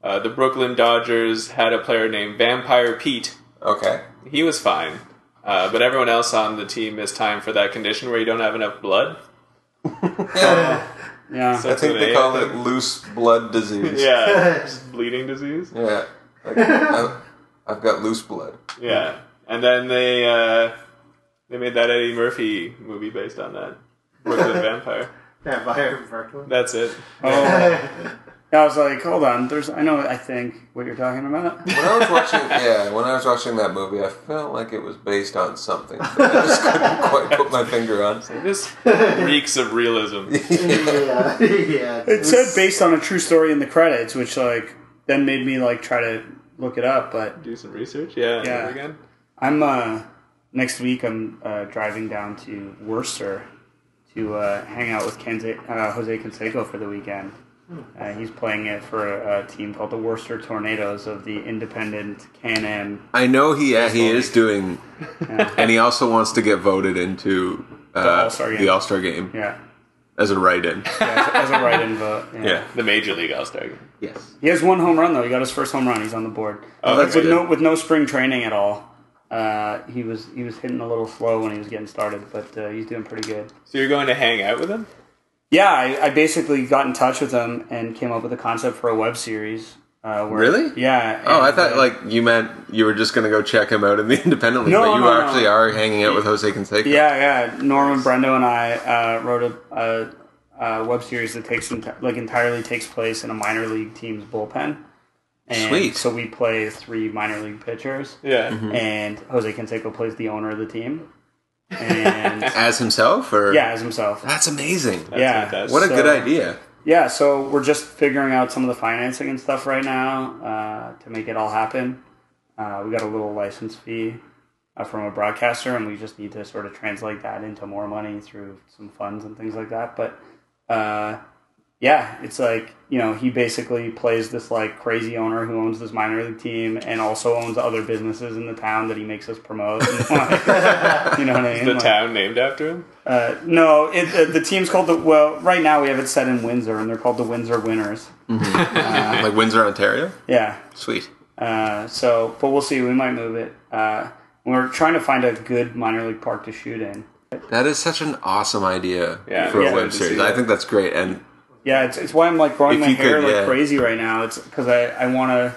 A: uh, the Brooklyn Dodgers had a player named Vampire Pete.
B: Okay.
A: He was fine, uh, but everyone else on the team missed time for that condition where you don't have enough blood.
B: Yeah,
E: Yeah,
B: I think they call it loose blood disease.
A: yeah, just bleeding disease.
B: Yeah. Like, I've, I've got loose blood.
A: Yeah, and then they uh, they made that Eddie Murphy movie based on that Brooklyn Vampire.
D: That Byron Buckland.
G: That's it.
E: I was like, hold on. There's, I know. I think what you're talking about.
B: When I was watching, yeah, when I was watching that movie, I felt like it was based on something. But I just couldn't quite put my finger on.
G: This reeks of realism.
D: yeah, yeah.
E: It said based on a true story in the credits, which like then made me like try to look it up. But
G: Do some research. Yeah.
E: Yeah.
G: Again.
E: I'm uh next week. I'm uh, driving down to Worcester to uh, hang out with Kenze, uh, Jose Canseco for the weekend. Uh, he's playing it for a, a team called the Worcester Tornadoes of the Independent Can-Am.
B: I know he yeah, he is doing, and he also wants to get voted into uh, the
E: All-Star game.
B: All-Star game
E: Yeah,
B: as a write-in.
E: yeah as, as a write-in vote. Yeah.
B: Yeah.
G: The Major League All Star.
B: Yes.
E: He has one home run though. He got his first home run. He's on the board.
B: Oh, that's
E: with
B: good.
E: no with no spring training at all. Uh, he was he was hitting a little slow when he was getting started, but uh, he's doing pretty good.
G: So you're going to hang out with him?
E: Yeah, I, I basically got in touch with him and came up with a concept for a web series. Uh, where,
B: Really?
E: Yeah.
B: Oh, I
E: and,
B: thought
E: uh,
B: like you meant you were just gonna go check him out in the Independent League,
E: No,
B: but you
E: no, no.
B: actually are hanging out with Jose Canseco.
E: Yeah, yeah. Norman Brendo and I uh, wrote a, a, a web series that takes enti- like entirely takes place in a minor league team's bullpen. And
B: Sweet.
E: So we play three minor league pitchers.
G: Yeah.
A: Mm-hmm.
E: and Jose Canseco plays the owner of the team, and
B: As himself, or
E: yeah, as himself.
B: that's amazing.
E: yeah,
G: fantastic.
B: What a
E: so-
B: good idea.
E: Yeah, so we're just figuring out some of the financing and stuff right now uh, to make it all happen. Uh, we got a little license fee uh, from a broadcaster, and we just need to sort of translate that into more money through some funds and things like that. But uh, yeah, it's like you know he basically plays this like crazy owner who owns this minor league team and also owns other businesses in the town that he makes us promote. And, like, you know what I mean?
G: The
E: Like,
G: town named after him?
E: uh, no, it, uh, the team's called the. Well, right now we have it set in Windsor, and they're called the Windsor Winners.
B: like Windsor, Ontario.
E: Yeah.
B: Sweet.
E: Uh, so, but we'll see. We might move it. Uh, we're trying to find a good minor league park to shoot in.
B: That is such an awesome idea
G: Yeah,
B: for
G: yeah,
B: a web
G: to see
B: series.
G: that.
B: I think that's great. And
E: Yeah, it's, it's why I'm like growing
B: If
E: my
B: you
E: hair
B: could,
E: like
B: yeah.
E: crazy right now. It's because I, I want to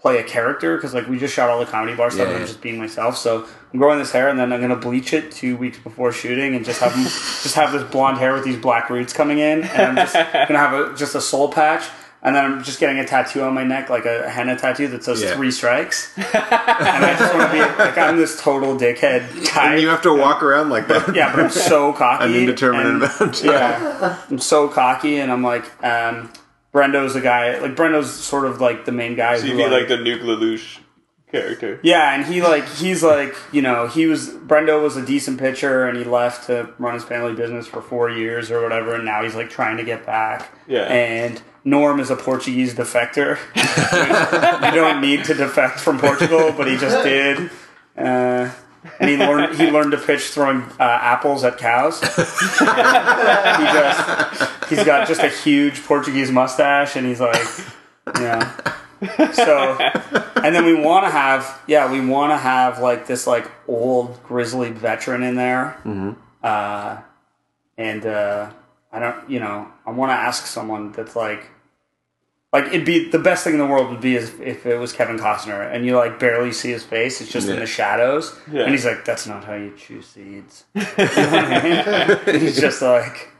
E: play a character because like we just shot all the comedy bar stuff
B: Yeah,
E: and
B: yeah.
E: I'm just being myself. So I'm growing this hair and then I'm gonna bleach it two weeks before shooting and just have just have this blonde hair with these black roots coming in and I'm just gonna have a, just a soul patch. And then I'm just getting a tattoo on my neck, like a henna tattoo that says
B: Yeah.
E: three strikes. and I just want to be like, I'm this total dickhead guy.
B: and you have to walk around like that.
E: yeah, but I'm so cocky.
B: An indeterminate
E: and-
B: amount.
E: yeah. I'm so cocky, and I'm like, um, Brendo's the guy. Like Brendo's sort of like the main guy.
G: You'd
E: who,
G: be like the Nuke Lelouch character.
E: yeah, and he like he's like you know he was Brendo was a decent pitcher, and he left to run his family business for four years or whatever, and now he's like trying to get back.
G: Yeah.
E: and. Norm is a Portuguese defector. you don't need to defect from Portugal, but he just did. Uh, and he learned he learned to pitch throwing uh, apples at cows. he just he's got just a huge Portuguese mustache, and he's like, yeah. So, and then we want to have yeah, we want to have like this like old grizzly veteran in there. Mm-hmm. Uh, and uh, I don't, you know, I want to ask someone that's like. Like it'd be the best thing in the world would be if, if it was Kevin Costner and you like barely see his face, it's just in
B: Yeah.
E: the shadows, and he's like, "That's not how you chew seeds." You know what I mean? he's just like,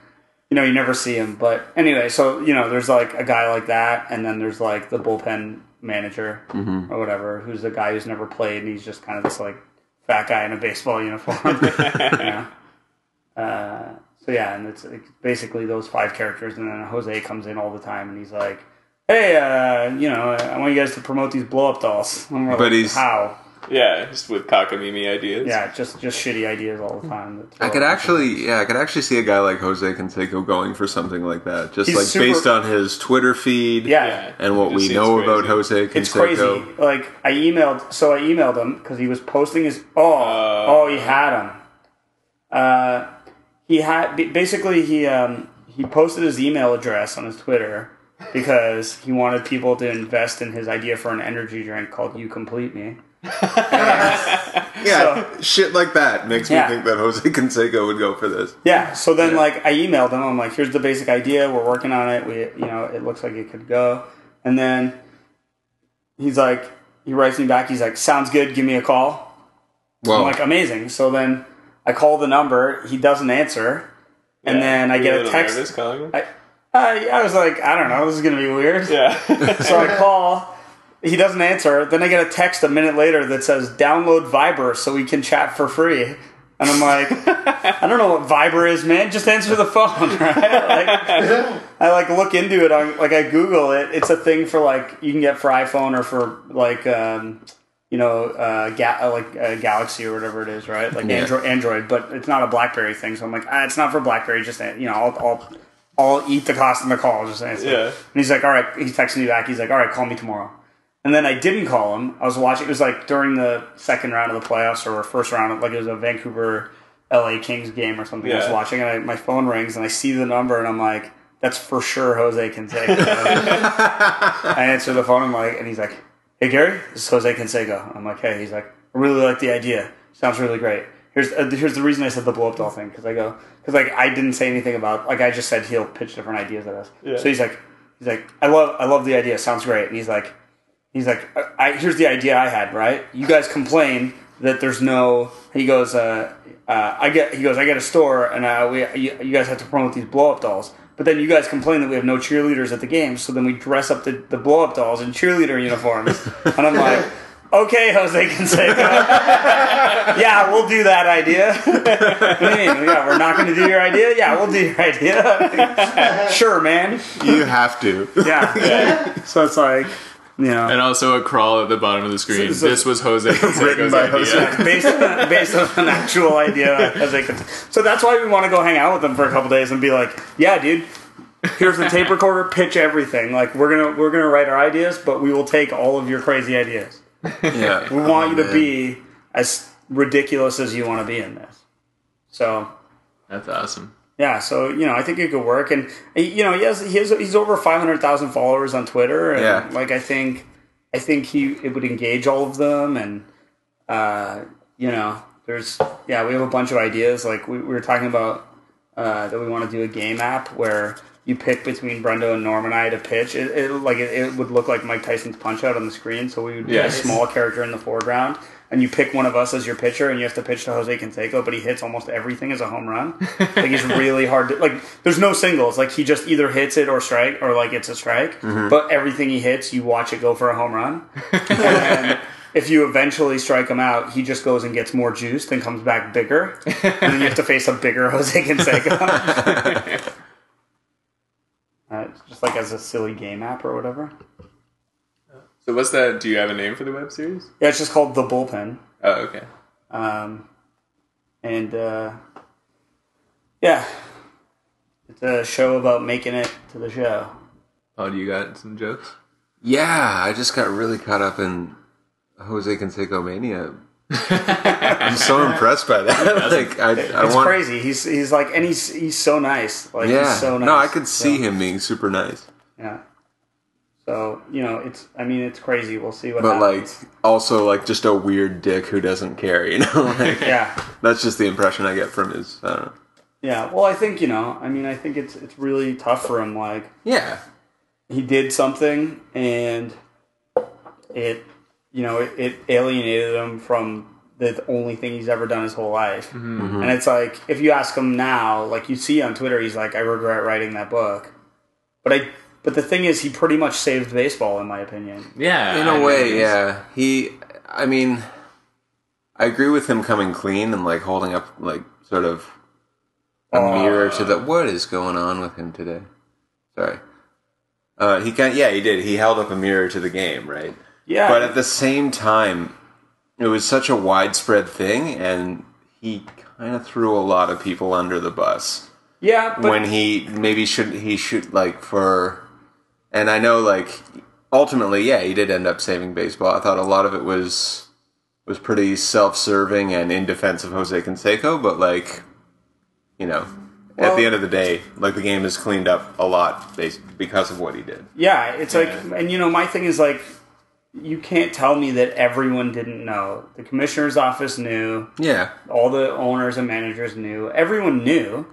E: you know, you never see him. But anyway, so you know, there's like a guy like that, and then there's like the bullpen manager
B: Mm-hmm.
E: or whatever, who's the guy who's never played, and he's just kind of this like fat guy in a baseball uniform. you know? uh, so yeah, and it's like, basically those five characters, and then Jose comes in all the time, and he's like. Hey, uh, you know, I want you guys to promote these blow up dolls. And we're
B: But
E: like,
B: he's-
E: how?
G: Yeah, just with cockamamie ideas.
E: Yeah, just just shitty ideas all the time.
B: I could actually, yeah, I could actually see a guy like Jose Canseco going for something like that, just
E: He's
B: like
E: super-
B: based on his Twitter feed,
E: Yeah.
G: Yeah.
B: and what
G: It
B: we
G: seems
B: know
G: crazy.
B: about Jose Canseco.
E: It's crazy. Like I emailed, so I emailed him because he was posting his. Oh, oh, he had him. Uh, he had ba- basically he um, he posted his email address on his Twitter because he wanted people to invest in his idea for an energy drink called "You Complete Me."
B: Yeah, shit like that makes
E: Yeah.
B: me think that Jose Canseco would go for this.
E: Yeah. So then, like, I emailed him. I'm like, "Here's the basic idea. We're working on it. We, you know, it looks like it could go." And then he's like, he writes me back. He's like, "Sounds good. Give me a call."
B: Well,
E: Oh I'm like, amazing. So then I call the number. He doesn't answer. and then I
G: You're
E: get
G: little
E: a text.
G: nervous calling him?
E: I, I, I was like, I don't know, this is gonna be weird.
G: yeah.
E: So I call. He doesn't answer. Then I get a text a minute later that says, "Download Viber so we can chat for free." And I'm like, I don't know what Viber is, man. Just answer the phone, right? Like, I like look into it. On, like I Google it. It's a thing for like you can get for iPhone or for like um, you know uh, ga- uh, like uh, Galaxy or whatever it is, right? Like Android, Android, but it's not a BlackBerry thing. So I'm like, ah, it's not for BlackBerry. Just you know, I'll, I'll I'll eat the cost on the call. Just answer.
G: Yeah.
E: And he's like, all right. He's texting me back. He's like, all right, call me tomorrow. And then I didn't call him. I was watching. It was like during the second round of the playoffs or first round. Of, like it was a Vancouver, LA Kings game or something. I was
G: Yeah.
E: watching, and I, my phone rings, and I see the number, and I'm like, that's for sure Jose Canseco. I answer the phone. I'm like, and he's like, hey Gary, this is Jose Canseco. I'm like, hey. He's like, I really like the idea. Sounds really great. Here's uh, here's the reason I said the blow up doll thing because I go because like I didn't say anything about like I just said he'll pitch different ideas at us. So he's like he's like I love I love the idea. Sounds great. And he's like he's like I, I here's the idea I had right. You guys complain that there's no. He goes uh, uh, I get he goes I get a store and uh, we you, you guys have to promote these blow up dolls. But then you guys complain that we have no cheerleaders at the game, so then we dress up the, the blow up dolls in cheerleader uniforms. and I'm like, okay, Jose Canseco yeah, we'll do that idea. what do you mean? Yeah, we're not going to do your idea? Yeah, we'll do your idea. sure, man.
B: You have to.
E: Yeah. So it's like, you know,
A: And also a crawl at the bottom of the screen.
E: So- so-
A: this was Jose Canseco's
B: by
A: idea.
B: Jose.
E: based on, based on an actual idea. As they could. So that's why we want to go hang out with them for a couple days and be like, yeah, dude. Here's the tape recorder. Pitch everything. Like we're gonna we're gonna write our ideas, but we will take all of your crazy ideas.
B: Yeah. Oh,
E: We want you to be as ridiculous as you want to be in this. So
A: That's awesome.
E: Yeah, so you know, I think it could work, and you know, he has, he has he's over five hundred thousand followers on Twitter, and
B: Yeah.
E: like I think, I think he it would engage all of them, and uh, you know, there's yeah, we have a bunch of ideas. Like we, we were talking about uh, that we want to do a game app where you pick between Brendo and Norm and I to pitch. It, it like it, it would look like Mike Tyson's punch out on the screen, so we would be a
A: Yes.
E: small character in the foreground. And you pick one of us as your pitcher, and you have to pitch to Jose Canseco, but he hits almost everything as a home run. Like he's really hard. To, like there's no singles. Like he just either hits it or strike, or like it's a strike. But everything he hits, you watch it go for a home run. and then if you eventually strike him out, he just goes and gets more juiced and comes back bigger. And then you have to face a bigger Jose Canseco. Uh, just like as a silly game app or whatever.
G: So what's that? Do you have a name for the web series?
E: Yeah, it's just called the bullpen.
G: Oh, okay.
E: Um, and uh, yeah, it's a show about making it to the show.
G: Oh,
A: Paul, do you got some jokes?
B: Yeah, I just got really caught up in Jose Canseco mania. I'm so impressed by that. like I, I
E: It's
B: want.
E: crazy. He's he's like, and he's he's so nice. Like
B: Yeah.
E: he's so nice.
B: No, I could see
E: So,
B: him being super nice,
E: Yeah. So you know, it's I mean, it's crazy. We'll see what.
B: but like
E: happens.
B: also like just a weird dick who doesn't care. You know, like
E: yeah.
B: that's just the impression I get from his. uh, I don't know.
E: Yeah, well, I think you know. I mean, I think it's it's really tough for him. Like
B: Yeah.
E: he did something, and it, you know, it, it alienated him from the only thing he's ever done his whole life.
B: Mm-hmm.
E: And it's like if you ask him now, like you see on Twitter, he's like, "I regret writing that book," but I. But the thing is, he pretty much saved baseball, in my opinion.
A: Yeah.
B: in
A: I
B: a
A: know
B: way
A: it is.
B: yeah he i mean i agree with him coming clean and like holding up like sort of a mirror to the what is going on with him today sorry uh he kind yeah he did he held up a mirror to the game right
E: Yeah,
B: but at the same time it was such a widespread thing and he kind of threw a lot of people under the bus
E: yeah, but
B: when he maybe should he should like for and I know like ultimately yeah he did end up saving baseball. I thought a lot of it was was pretty self-serving and in defense of Jose Canseco, but like you know at the end of the day like the game is cleaned up a lot bas- because of what he did.
E: yeah, it's like, and you know, my thing is like, you can't tell me that everyone didn't know. The commissioner's office knew.
B: Yeah.
E: all the owners and managers knew. Everyone knew.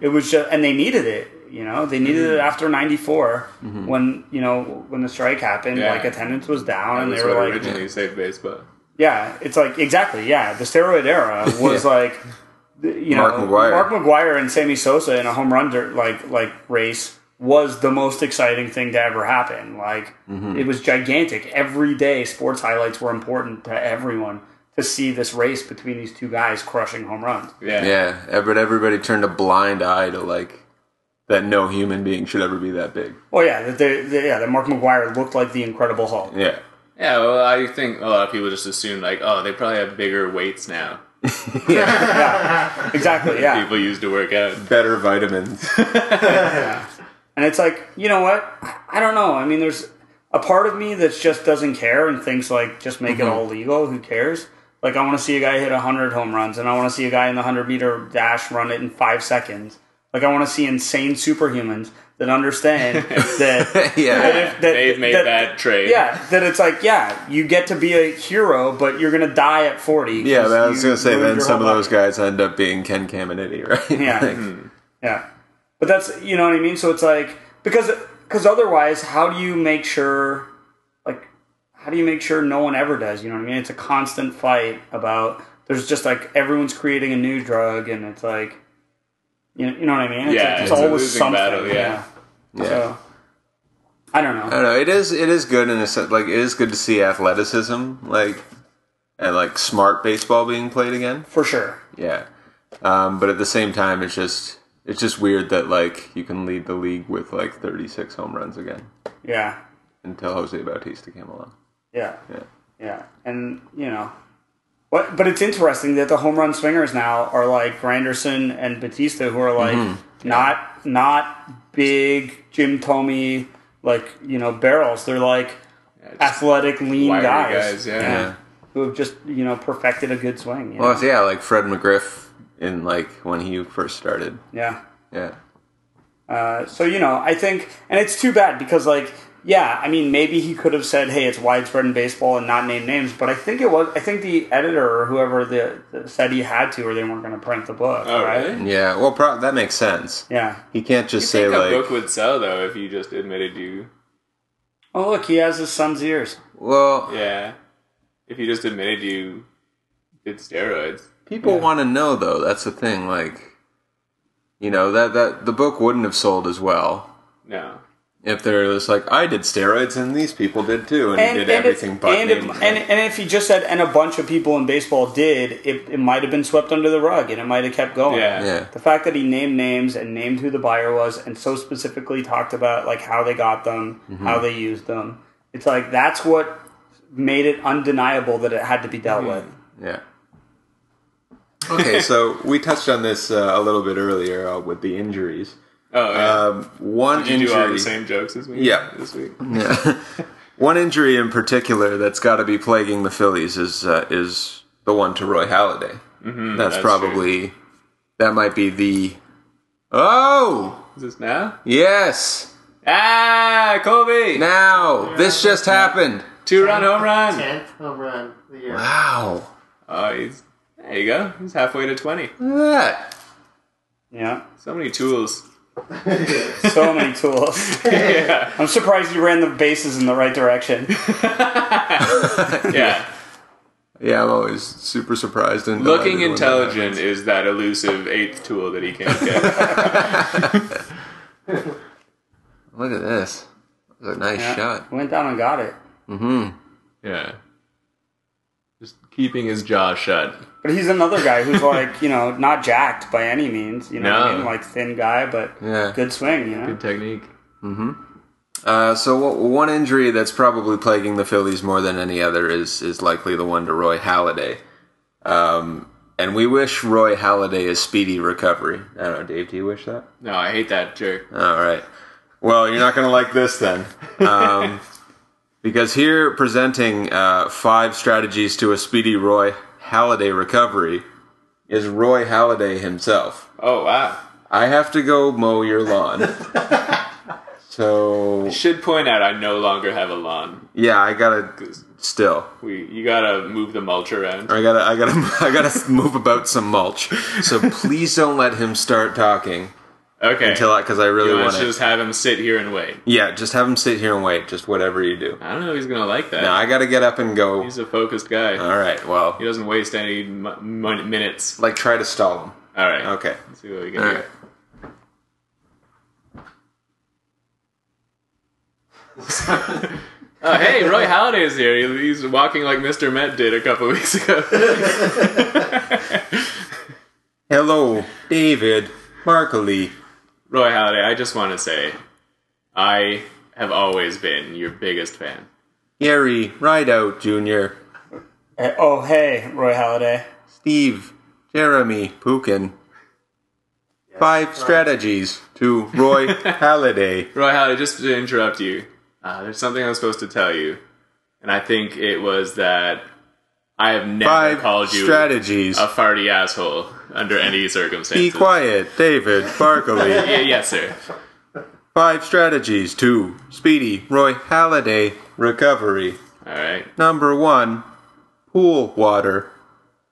E: It was just, and they needed it. You know, they needed it after '94 when you know when the strike happened.
G: Yeah.
E: Like attendance was down, and they
G: That's
E: were
G: what
E: like,
G: originally saved baseball.
E: yeah, it's like exactly. Yeah, the steroid era was like you
B: Mark
E: know,
B: McGuire.
E: Mark McGuire and Sammy Sosa in a home run dirt, like like race was the most exciting thing to ever happen. Like it was gigantic. Every day, sports highlights were important to everyone to see this race between these two guys crushing home runs.
G: Yeah.
B: Yeah, eh, but everybody turned a blind eye to like that no human being should ever be that big.
E: Well, Oh, yeah, that they, they, yeah, that Mark McGuire looked like the Incredible Hulk.
B: Yeah.
G: Yeah, well, I think a lot of people just assume, like, oh, they probably have bigger weights now.
E: Exactly. Yeah.
G: People used to work out.
B: Better vitamins.
E: And it's like, you know what? I don't know. I mean, there's a part of me that just doesn't care and thinks like, just make
B: Mm-hmm.
E: it all legal. Who cares? Like, I want to see a guy hit 100 home runs, and I want to see a guy in the 100 meter dash run it in five seconds. Like, I want to see insane superhumans that understand that, that
B: yeah.
E: if- that-
G: They've made that, trade.
E: Yeah, that it's like, yeah, you get to be a hero, but you're gonna die at 40.
B: Yeah, but I was
E: you
B: gonna say
E: ruined
B: then
E: your
B: some of
E: whole
B: those
E: life.
B: guys end up being Ken Caminiti, right?
E: Yeah. hmm.
B: Like,
E: Yeah. But that's, you know what I mean? So it's like, because, because otherwise, how do you make sure, like, how do you make sure no one ever does? You know what I mean? It's a constant fight about, there's just like, everyone's creating a new drug and it's like, you know, you know what I mean? It's,
G: Yeah,
E: like, it's,
G: it's a
E: always
G: losing
E: something.
G: battle, yeah.
E: yeah.
B: yeah.
E: So, I don't know.
B: I don't know. It is. It is good in a sense. Like it is good to see athleticism, like and like smart baseball being played again.
E: For sure.
B: Yeah. Um, but at the same time, it's just it's just weird that like you can lead the league with like 36 home runs again
E: Yeah.
B: until Jose Bautista came along.
E: Yeah.
B: Yeah.
E: Yeah, and you know, what? But it's interesting that the home run swingers now are like Granderson and Batista, who are like
G: Mm-hmm.
E: not not big Jim Tomey like you know barrels. They're like athletic, lean
G: Wiry
E: guys,
G: guys, yeah.
E: who have just you know perfected a good swing. you know?
B: Well, it's- yeah, like Fred McGriff in like when he first started.
E: yeah.
B: Yeah.
E: Uh, So you know, I think, and it's too bad because like, yeah, I mean, maybe he could have said, "Hey, it's widespread in baseball," and not name names. But I think it was, I think the editor or whoever the, the said he had to, or they weren't going to print the book.
G: Oh,
E: right?
G: really?
B: Yeah. Well, pro- that makes sense.
E: Yeah.
B: He can't just
G: I
B: say
G: think a
B: like,
G: book would sell, though, if you just admitted you.
E: Oh, look, he has his son's ears.
B: well,
G: Yeah. If you just admitted you did steroids.
B: People want to know though. That's the thing. Like, you know that that the book wouldn't have sold as well
G: No.
B: if they're just like, I did steroids and these people did too, and,
E: And,
B: did
E: and,
B: everything
E: if,
B: but
E: and,
B: name
E: if,
B: it.
E: and, and if he just said, and a bunch of people in baseball did, it, it might have been swept under the rug and it might have kept going.
G: Yeah.
B: yeah,
E: The fact that he named names and named who the buyer was and so specifically talked about like how they got them,
G: Mm-hmm.
E: how they used them, it's like that's what made it undeniable that it had to be dealt
G: Mm-hmm.
E: with.
B: yeah. Okay, so we touched on this uh, a little bit earlier uh, with the injuries.
G: Oh, yeah.
B: Um, one
G: Did you do all
B: injury,
G: the same jokes as me?
B: Yeah.
G: This week?
B: one injury in particular that's got to be plaguing the Phillies is uh, is the one to Roy Halladay. Mm-hmm, that's,
G: that's
B: probably that might be the oh.
G: Is this now?
B: Yes.
G: Ah, Colby!
B: Now this just happened.
G: Two run home run!
D: Tenth home run of the year.
B: Wow.
G: Oh, he's. There you go. He's halfway to 20.
B: Look at
E: Yeah.
G: So many tools.
E: So many tools. I'm surprised you ran the bases in the right direction.
G: Yeah.
B: that. Yeah, I'm always super surprised and delighted
G: Looking
B: when that
G: intelligent is that elusive eighth tool that he can't get.
B: happens. Look at this. That's a nice shot.
E: Went down and got it.
G: yeah. Just keeping his jaw shut.
E: But he's another guy who's like, you know, not jacked by any means. You know what I
G: No.
E: mean? Like thin guy, but
B: Yeah.
E: good swing, you know?
G: Good technique.
B: Uh, so what, one injury that's probably plaguing the Phillies more than any other is is likely the one to Roy Halladay. Um, and we wish Roy Halladay a speedy recovery. I don't know, Dave. Do you wish that?
G: No, I hate that jerk.
B: All right. Well, you're not going to like this then. Um, because here, presenting uh, five strategies to a speedy Roy Halladay recovery is Roy Halladay himself.
G: Oh, wow.
B: I have to go mow your lawn. so,
G: Should point out I no longer have a lawn.
B: yeah, I got to still.
G: We you gotta move the mulch around.
B: I gotta, I gotta, I gotta move about some mulch. So please don't let him start talking
G: Okay.
B: until because I really
G: you want
B: want
G: to
B: to.
G: just have him sit here and wait.
B: Yeah, just have him sit here and wait. Just whatever you do.
G: I Uh, don't know if he's gonna like that.
B: Now I gotta get up and go.
G: He's a focused guy.
B: All right. Well,
G: He doesn't waste any m- min- minutes.
B: like try to stall him.
A: All right.
B: Okay.
A: Let's see what we can
B: All
A: do.
B: right.
A: Oh, hey, Roy Halliday's here. He- He's walking like Mr. Met did a couple weeks ago.
B: Hello, David Markley.
A: Roy Halladay, I just want to say, I have always been your biggest fan.
B: Gary Rideout Jr.,
E: Eh, Oh, hey, Roy Halladay.
B: Steve Jeremy Pukin. Five strategies to Roy Halladay.
A: Roy Halladay, just to interrupt you, uh, there's something I'm supposed to tell you, and I think it was that I have never
B: Five
A: called you
B: strategies.
A: a farty asshole under any circumstances.
B: Be quiet, David Barkley.
A: Yeah, yes, sir.
B: Five strategies to speedy Roy Halladay recovery.
A: All right.
B: Number one, pool water.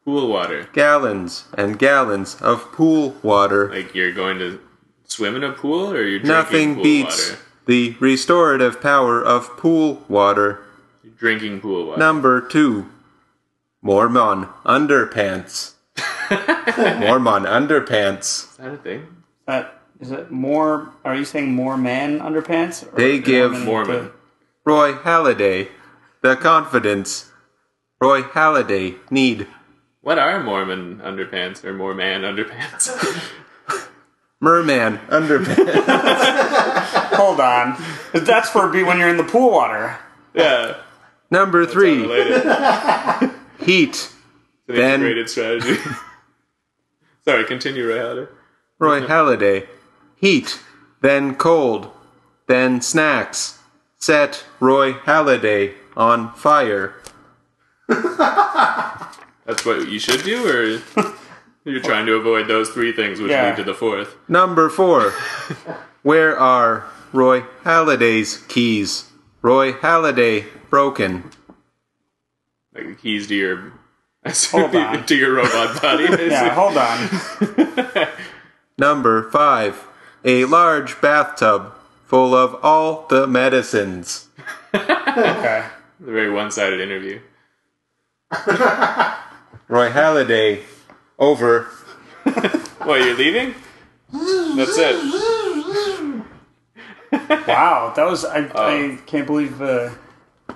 A: Pool water.
B: Gallons and gallons of pool water.
A: Like you're going to swim in a pool, or you're drinking
B: Nothing
A: pool
B: beats
A: water.
B: the restorative power of pool water.
A: You're drinking pool water.
B: Number two, Mormon underpants. Mormon underpants.
A: Is that a thing?
E: Uh, is it more? Are you saying more man underpants? Or
B: They give
A: Mormon.
B: Roy Halladay the confidence Roy Halladay need.
A: What are Mormon underpants or Mormon underpants?
B: Merman underpants.
E: Hold on. That's for be when you're in the pool water.
A: yeah.
B: Number three,
A: Related.
B: heat.
A: It's an
B: Ben-
A: integrated strategy. Sorry, continue, Ray Halladay.
B: Roy Halladay. Heat, then cold, then snacks. Set Roy Halladay on fire.
A: That's what you should do, or you're trying to avoid those three things, which
E: Yeah.
A: lead to the fourth.
B: Number four. Where are Roy Halladay's keys? Roy Halladay broken.
A: Like the keys to your
E: Hold on.
A: to your robot body.
E: Yeah, hold on.
B: Number five. A large bathtub full of all the medicines.
E: Okay.
A: The very one-sided interview.
B: Roy Halladay over.
A: What, you're leaving? That's it.
E: Wow, that was.
B: Oh.
E: I, I can't believe. Uh,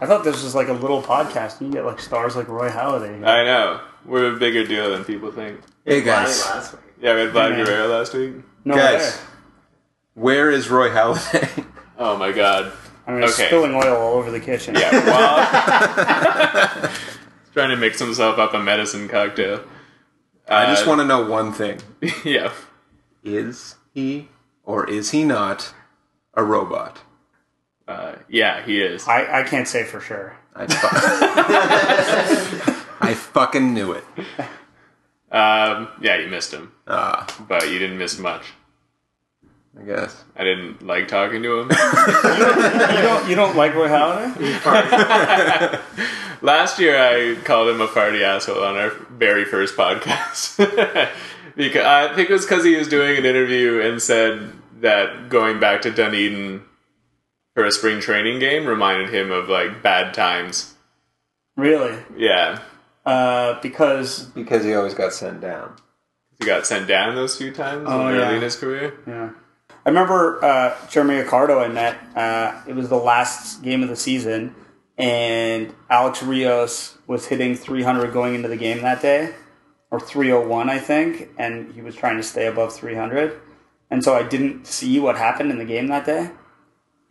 E: I thought this was like a little podcast. You get like stars like Roy
B: Uh,
E: Halladay.
A: I know. We're a bigger deal than people think.
B: Hey guys.
D: Last week.
A: Yeah, we had Vlad
E: man.
A: Guerrero last week.
E: No
B: Guys.
E: way.
B: Where is Roy Halladay?
A: Oh my god.
E: I mean, it's
A: okay.
E: spilling oil all over the kitchen.
A: Yeah, well, trying to mix himself up a medicine cocktail. Uh,
B: I just want to know one thing.
A: Yeah.
B: Is he or is he not a robot?
A: Uh, yeah, he is.
E: I, I can't say for sure.
B: I, fu- I fucking knew it.
A: Um, yeah, you missed him,
B: Ah,
A: but you didn't miss much.
B: I guess.
A: I didn't like talking to him.
E: You don't, you don't like Roy Halladay?
A: Last year, I called him a party asshole on our very first podcast. because I think it was because he was doing an interview and said that going back to Dunedin for a spring training game reminded him of like bad times.
E: Really?
A: Yeah,
E: Uh, because
B: Because he always got sent down.
A: he got sent down those few times
E: Oh,
A: early
E: yeah.
A: in his career.
E: Yeah. I remember uh, Jeremy Ricardo I met. Uh, it was the last game of the season, and Alex Rios was hitting 300 going into the game that day, or 301, I think, and he was trying to stay above 300. And so I didn't see what happened in the game that day.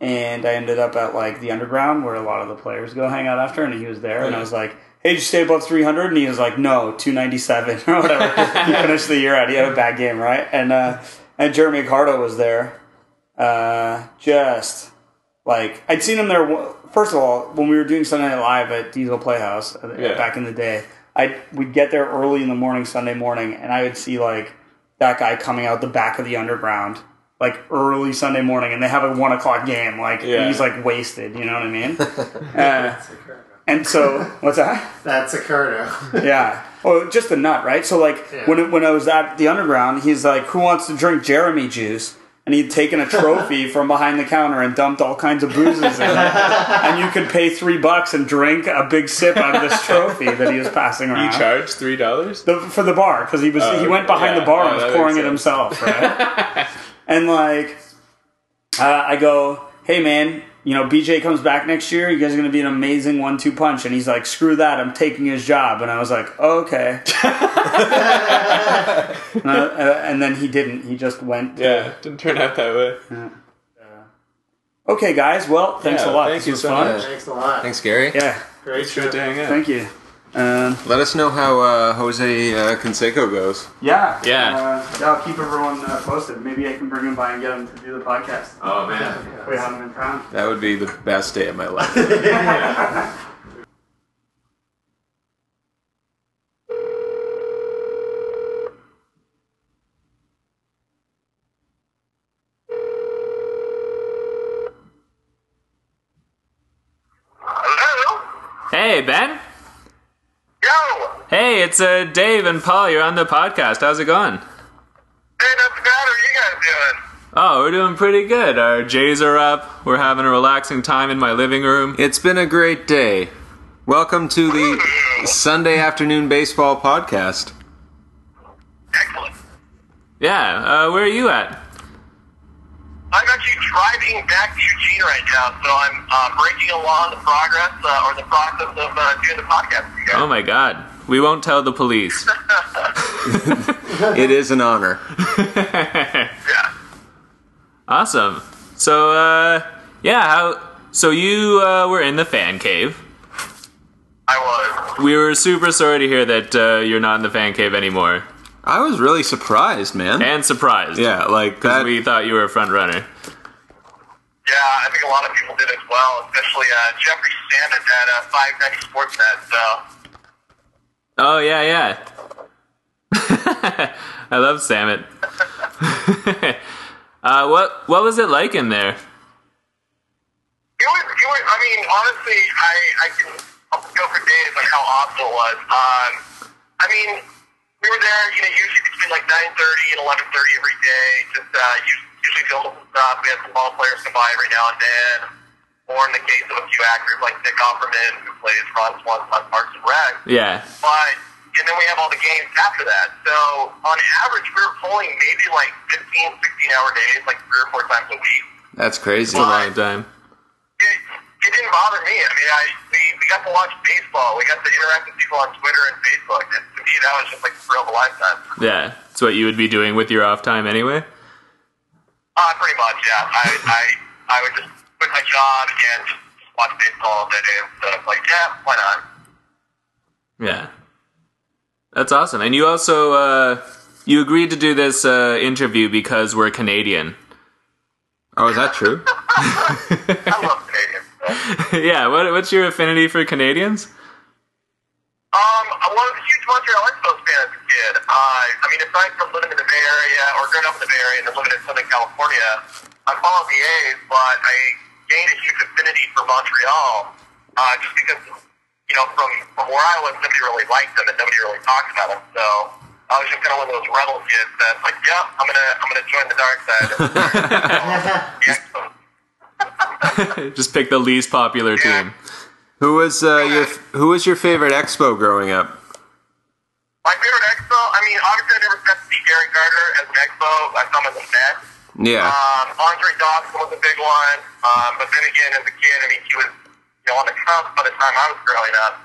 E: And I ended up at like the underground where a lot of the players go hang out after, and he was there, and I was like, "Hey, did you stay above 300?" And he was like, "No, 297 or whatever." he finished the year out. He had a bad game, right? And uh, and Jeremy Cardo was there, uh, just like I'd seen him there. w- First of all, when we were doing Sunday Night Live at Diesel Playhouse uh,
A: Yeah.
E: back in the day, I we'd get there early in the morning Sunday morning, and I would see like that guy coming out the back of the underground like early Sunday morning, and they have a one o'clock game. Like and
A: Yeah.
E: he's like wasted. You know what I mean? uh, and so what's that?
D: That's a Curdo.
E: Yeah. Oh, just a nut, right? So like when it, when I was at the underground, he's like, "Who wants to drink Jeremy juice?" and he'd taken a trophy from behind the counter and dumped all kinds of boozes in it. and you could pay three bucks and drink a big sip out of this trophy that he was passing around.
G: You charge three dollars?
E: the, for the bar because he was he went
G: Oh,
E: behind
G: yeah,
E: the bar and
G: yeah,
E: was
G: that
E: pouring it
G: makes
E: himself, right? and like, uh, I go, hey man, you know BJ comes back next year. You guys are gonna be an amazing one-two punch. And he's like, screw that, I'm taking his job. And I was like, oh, okay. and, I- uh, and then he didn't. He just went.
G: Yeah, didn't turn out that way.
E: Okay, guys. Well, thanks
G: Yeah,
E: a lot.
G: thank
E: this
G: you
E: was
G: so
E: fun.
G: much.
D: Thanks a lot.
B: Thanks, Gary.
E: Yeah.
D: Great
G: It's good to
D: show.
G: hang out.
E: Thank you. Um,
B: Let us know how uh, Jose uh, Canseco goes.
E: yeah.
G: Yeah.
E: Uh, yeah. I'll keep everyone uh, posted. Maybe I can bring him by and get him to do the podcast.
G: oh man.
E: if we haven't been found.
B: That would be the best day of my life.
H: Hello?
A: Hey, Ben.
H: Yo!
A: Hey, it's uh, Dave and Paul. You're on the podcast. How's it going?
H: Hey, that's God. How are you guys doing?
A: Oh, we're doing pretty good. Our J's are up. We're having a relaxing time in my living room.
B: it's been a great day. Welcome to the Sunday afternoon baseball podcast.
H: Excellent.
A: Yeah, uh, where are you at?
H: I'm actually driving back to Eugene right now, so I'm uh, breaking along the progress uh, or the process of uh, doing the podcast with you guys.
A: Oh my god. We won't tell the police.
B: It is an honor.
H: yeah.
A: Awesome. So, uh, yeah, how. So you uh, were in the fan cave.
H: I was.
A: We were super sorry to hear that uh, you're not in the fan cave anymore.
B: I was really surprised, man.
A: And surprised.
B: Yeah, like
A: Because
B: that.
A: we thought you were a front runner.
H: Yeah, I think a lot of people did as well, especially uh, Jeffrey Sandin at uh, 590 Sportsnet. So,
A: Oh, yeah, yeah. I love Samet. uh, what, what was it like in there?
H: it was, it was, I mean, honestly, I, I can go for days on how awesome it was. Um, I mean, we were there, you know, usually between like 9.30 and 11.30 every day, just uh, us- usually filled up with stuff. We had some ball players come by every now and then, or in the case of a few actors like Nick Offerman, who plays Ron Swanson on Parks and Rec,
A: Yeah.
H: but and then we have all the games after that. So on average, we were pulling maybe like 15, 16 hour days, like three or four times a week.
B: That's crazy.
A: Long time.
H: It, it didn't bother me. I mean, I we, we got to watch baseball. We got to interact with people on Twitter and Facebook. And to me, that was just like the thrill of a lifetime.
A: Yeah. It's what you would be doing with your off time anyway.
H: Uh, pretty much, yeah. I, I I would just quit my job and just watch baseball all day. So it's like, yeah, why not?
A: Yeah. That's awesome. And you also uh, you agreed to do this uh, interview because we're Canadian.
B: Oh, is that true?
H: I love Canadians. So.
A: yeah. What, what's your affinity for Canadians?
H: Um, I was a huge Montreal Expos fan as a kid. Uh, I mean, aside from living in the Bay Area or growing up in the Bay Area and then living in Southern California, I followed the A's, but I gained a huge affinity for Montreal uh, just because, you know, from, from where I was, nobody really liked them and nobody really talked about them. So I was just kind of one of those rebel kids that's like, yeah, I'm gonna I'm gonna join the dark side. of the Expos.
A: Just pick the least popular team.
B: Who was uh, your Who was your favorite Expo growing up?
H: My favorite Expo, I mean, obviously I never got to see Gary Carter as an Expo. I saw him as a Met.
B: Yeah,
H: Um, Andre Dawson was a big one, um, but then again, as a kid, I mean, he was you know on the cusp by the time I was growing up.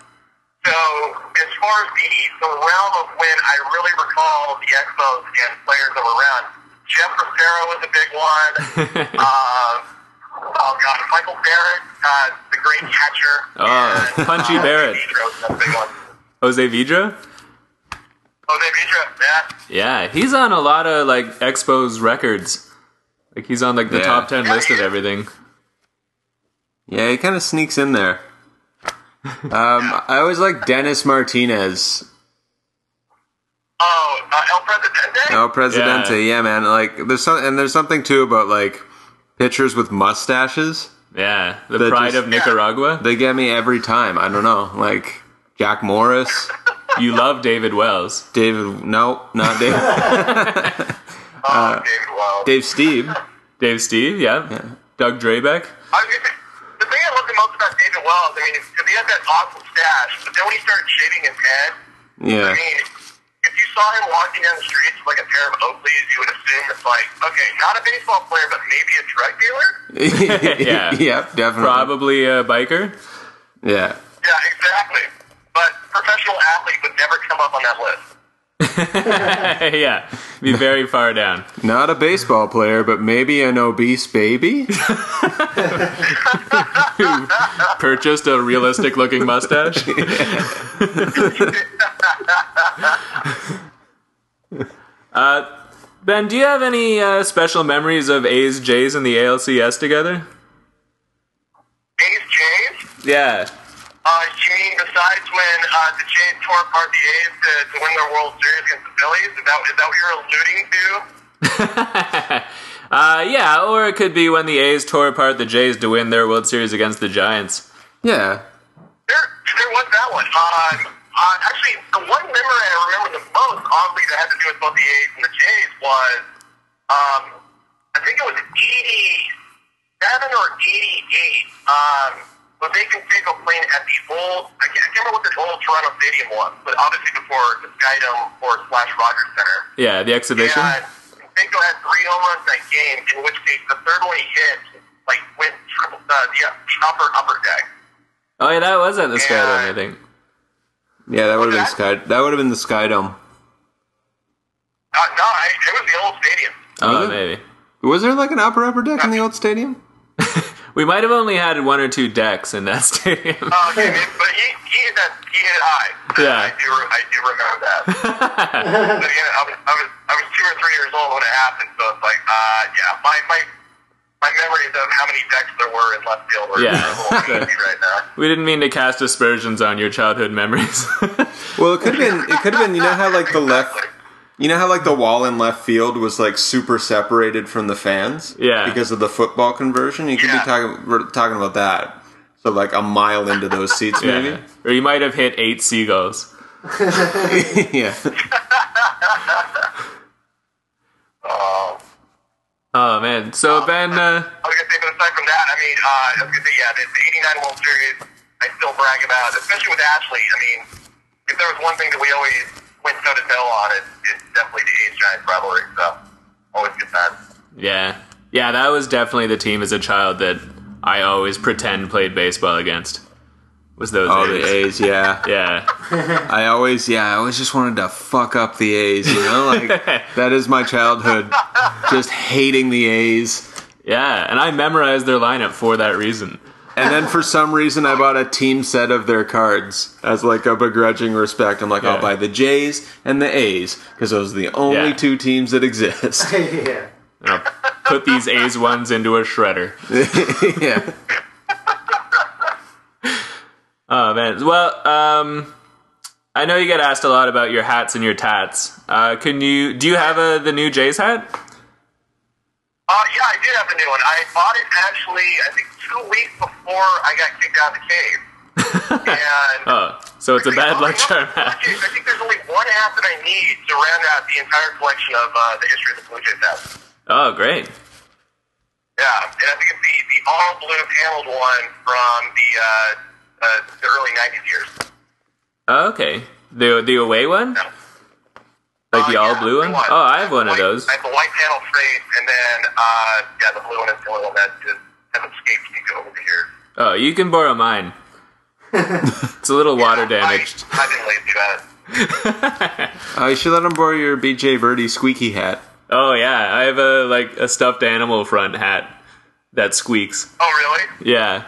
H: So as far as the, the realm of when I really recall the Expos and players that were around, Jeff Rosero was a big one. uh, oh God, Michael Barrett, uh, the great catcher.
A: Oh,
H: and,
A: Punchy
H: uh,
A: Barrett.
H: Pedro was a big one.
A: Jose Vidra.
H: Jose Pedro, yeah.
A: Yeah, he's on a lot of like Expos records. Like he's on like the
B: Yeah.
A: top ten list of everything.
B: yeah, he kind of sneaks in there. Um, I always like Dennis Martinez,
H: Oh, uh, El Presidente.
B: El Presidente.
A: Yeah.
B: Yeah. man. Like there's some, and there's something too about like pitchers with mustaches.
A: Yeah, the
B: That
A: pride
B: just-
A: of Nicaragua.
B: They get me every time. I don't know, like Jack Morris,
A: You love David Wells.
B: David. No, not David.
H: Oh,
A: uh,
H: David Wild.
A: Dave Steve. Dave Steve, yeah. Doug Drabeck.
B: Uh-huh.
H: I was gonna say, the thing I loved the most about David Wells, I mean, is 'cause he had that awesome stash, but then when he started shaving his head, I
B: Yeah.
H: mean, if you saw him walking down the streets with like a pair of Oakleys, you would assume it's like, okay, not a baseball player, but maybe a drug dealer.
A: Yeah.
B: Yep, definitely.
A: Probably a biker.
B: Yeah.
H: Yeah, exactly. But professional athlete would never come up on that list.
A: yeah. Be very far down.
B: Not a baseball player, but maybe an obese baby?
A: Purchased a realistic looking mustache. uh, ben, do you have any uh, special memories of A's, J's, and the ALCS together?
H: A's Jays.
A: Yeah.
H: Uh, Gene, besides when uh, the Jays tore apart the A's to, to win their World Series against the Phillies, is that, is that what you're alluding to?
A: Uh, yeah, or it could be when the A's tore apart the Jays to win their World Series against the Giants.
B: Yeah.
H: There, there was that one. Um, uh, actually, the one memory I remember the most, oddly, that had to do with both the A's and the Jays was, um, I think it was 87 or 88, um, when Bacon Fago playing at the old, I can't, I can't remember what this old Toronto Stadium was, but obviously before the Skydome or slash Rogers Center.
A: Yeah, the exhibition.
H: Yeah, Cinco had three home runs that game, in which case the third one he hit, like, went triple, uh, the upper, upper deck.
A: Oh, yeah, that was at the Skydome,
H: Yeah.
A: I think.
B: Yeah, that would have been sky that would have been the Skydome.
H: Uh, no, I, it was the old stadium.
A: Oh,
B: it?
A: maybe.
B: Was there like an upper upper deck in the old stadium?
A: We might have only had one or two decks in that stadium.
H: Uh, okay, man, but he, he hit that, he hit it high.
A: Yeah.
H: I do, re- I do remember that. but again, I was, I was, I was two or three years old when it happened, so it's like, uh, yeah, my, my, my memories of how many decks there were in left field were
A: Yeah.
H: a little hazy right now.
A: we didn't mean to cast aspersions on your childhood memories.
B: Well, it could have been. It could have been. You know how like the left. You know how like the wall in left field was like super separated from the fans.
A: Yeah.
B: Because of the football conversion, you could
H: Yeah.
B: be talking. We're talking about that. So like a mile into those seats, maybe.
A: Yeah. Or you might have hit eight seagulls.
B: yeah.
H: Um,
A: Oh, man. So, Ben, uh,
H: I was gonna say, but aside from that, I mean, uh, I was gonna say, yeah, the, the '89 World Series, I still brag about, especially with Ashley. I mean, if there was one thing that we always went toe to toe on, it, it's definitely the A's Giants rivalry. So always good times.
A: yeah. Yeah, that was definitely the team as a child that I always pretend played baseball against. Was those
B: Oh,
A: A's.
B: the A's. Yeah.
A: Yeah.
B: I always. Yeah. I always just wanted to fuck up the A's. You know, like that is my childhood. Just hating the A's.
A: Yeah. And I memorized their lineup for that reason.
B: And then for some reason, I bought a team set of their cards as like a begrudging respect. I'm like,
A: Yeah.
B: I'll buy the J's and the A's because those are the only
A: Yeah.
B: two teams that exist.
D: yeah.
A: And I'll put these A's ones into a shredder.
B: yeah,
A: Oh man. Well, um, I know you get asked a lot about your hats and your tats. Uh, can you? Do you have a the new Jays hat?
H: Uh, yeah, I did have a new one. I bought it actually, I think, two weeks before I got kicked out of the cave. and
A: Oh, so it's a bad luck charm hat.
H: I think there's only one hat that I need to round out the entire collection of uh, the history of the Blue Jays hats.
A: Oh, great.
H: Yeah, and I think it's the, the all blue paneled one from the uh, uh, the early '90s years.
A: Oh, okay. The the away one, like the
H: Uh,
A: all
H: yeah,
A: blue one.
H: blue one.
A: Oh, I have one of
H: White-
A: those.
H: I have the white panel face, and then uh, yeah, the blue one is the only one that just has escaped me over here.
A: Oh, you can borrow mine. It's a little water
H: Yeah,
A: damaged.
H: I, I've been lazy about it.
B: uh, you should let them borrow your BJ Verdi squeaky hat.
A: Oh yeah, I have a like a stuffed animal front hat that squeaks.
H: Oh, really?
A: Yeah.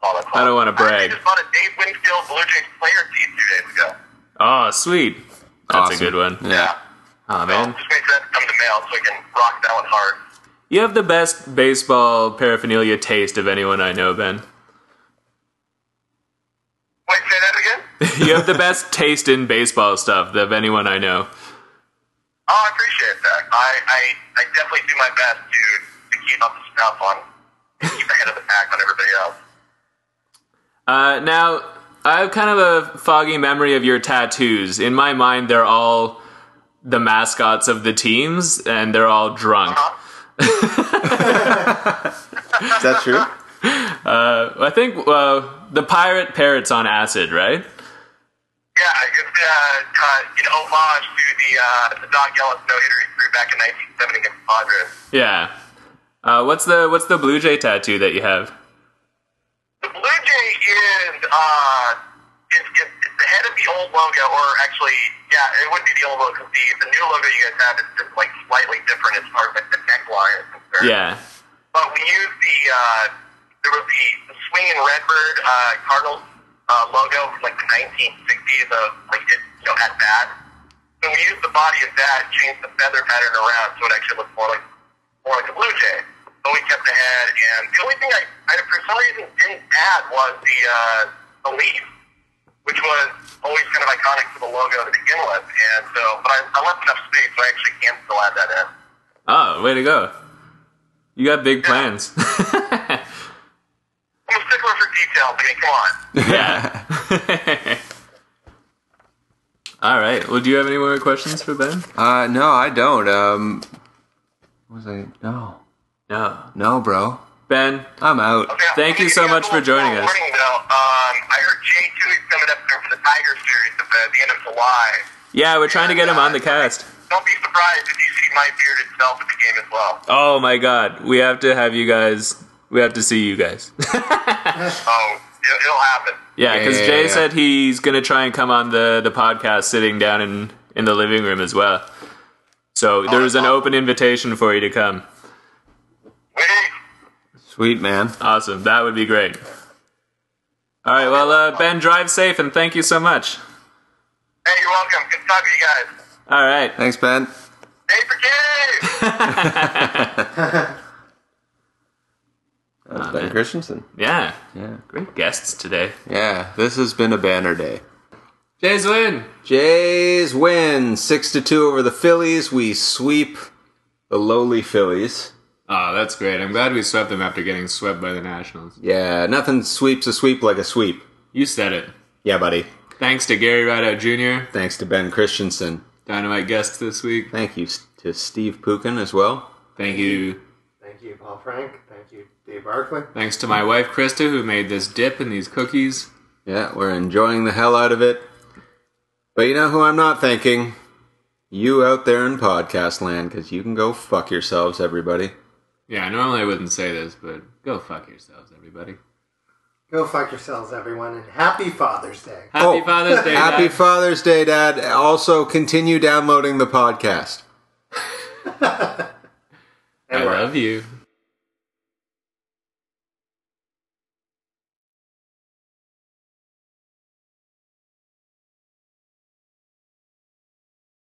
H: Oh, that's
A: I don't wanna
H: awesome.
A: brag.
H: I just bought a Dave Winfield Blue Jays player tee two days ago.
A: Oh, sweet. That's
B: Awesome.
A: a good one.
B: Yeah,
A: Oh
H: So
A: man.
H: just wait for that to come to mail so I can rock that one hard.
A: You have the best baseball paraphernalia taste of anyone I know, Ben.
H: Wait, say that again?
A: You have the best taste in baseball stuff of anyone I know.
H: Oh, I appreciate that. I, I, I definitely do my best to, to keep up the stuff on, to keep ahead of the pack on everybody else.
A: Uh, now, I have kind of a foggy memory of your tattoos. In my mind, they're all the mascots of the teams, and they're all drunk.
B: Uh-huh. Is that true?
A: I think uh, the pirate parrot's on acid, right?
H: Yeah, it's uh, uh, an homage to the uh, the Doc Yellis no hitter he threw back in 1970 against the Padres.
A: Yeah. Uh, what's the what's the blue jay tattoo that you have?
H: The Blue Jay is uh is, is, is the head of the old logo, or actually, yeah, it would be the old logo. 'cause The the new logo you guys have is just like slightly different as far as like the neckline is concerned.
A: Yeah.
H: But we used the uh, there was the, the swinging redbird uh, Cardinals uh, logo from like the 1960s of like it, you know at bat. And we used the body of that, changed the feather pattern around so it actually looked more like more like a blue jay. But we kept the head, and the only thing I, I for some reason didn't add was the uh, the leaf, which was always kind of iconic to the logo to begin with. And so, but I, I left enough space, so I actually can still add that in.
A: Oh, way to go! You got big plans.
H: I'm a stickler for details. I mean, come on.
A: yeah. All right. Well, do you have any more questions for Ben?
B: Uh, no, I don't. Um, what was I? No,
A: No.
B: no, bro,
A: Ben,
B: I'm out.
H: Yeah,
A: Thank
H: I'm
A: you
H: gonna
A: so
H: give
A: much
H: guys
A: for
H: a little
A: joining us.
H: Warning, though. Um, I heard Jay Two is coming up there for the Tiger series at the, the end of July.
A: yeah, we're trying to get him on the cast.
H: Don't be surprised if you see my beard itself at the game as well.
A: Oh my God, we have to have you guys. We have to see you guys.
H: Oh, it, it'll happen.
A: yeah, because
B: yeah,
A: Jay
B: yeah.
A: said he's gonna try and come on the the podcast sitting down in in the living room as well. So
B: Oh,
A: there's an open invitation for you to come.
H: Wait.
B: Sweet man.
A: Awesome. That would be great. All right. Well, uh, Ben, drive safe and thank you so much.
H: Hey, you're welcome. Good talking to you guys.
A: All right.
B: Thanks, Ben.
H: Hey, for Dave!
B: That's Ben Christensen.
A: Yeah.
B: Oh, Yeah,
A: Great guests today.
B: yeah. This has been a banner day.
A: Jay's win.
B: Jays win six to two over the Phillies. We sweep the lowly Phillies.
G: Oh, that's great. I'm glad we swept them after getting swept by the Nationals.
B: Yeah, nothing sweeps a sweep like a sweep.
G: You said it.
B: Yeah, buddy.
G: Thanks to Gary Rideout Jr.,
B: Thanks to Ben Christensen.
G: dynamite guest this week.
B: Thank you s- to Steve Pukin as well.
G: Thank you.
D: Thank you, Paul Frank. Thank you, Dave Barkley.
G: Thanks to my wife, Krista, who made this dip and these cookies.
B: Yeah, we're enjoying the hell out of it. But you know who I'm not thanking? You out there in podcast land, because you can go fuck yourselves, everybody.
G: Yeah, normally I wouldn't say this, but go fuck yourselves, everybody.
D: Go fuck yourselves, everyone, and happy Father's Day.
G: Happy
B: Oh,
G: Father's Day.
B: Happy
G: Dad.
B: Father's Day, Dad. Also, continue downloading the podcast.
G: I love you.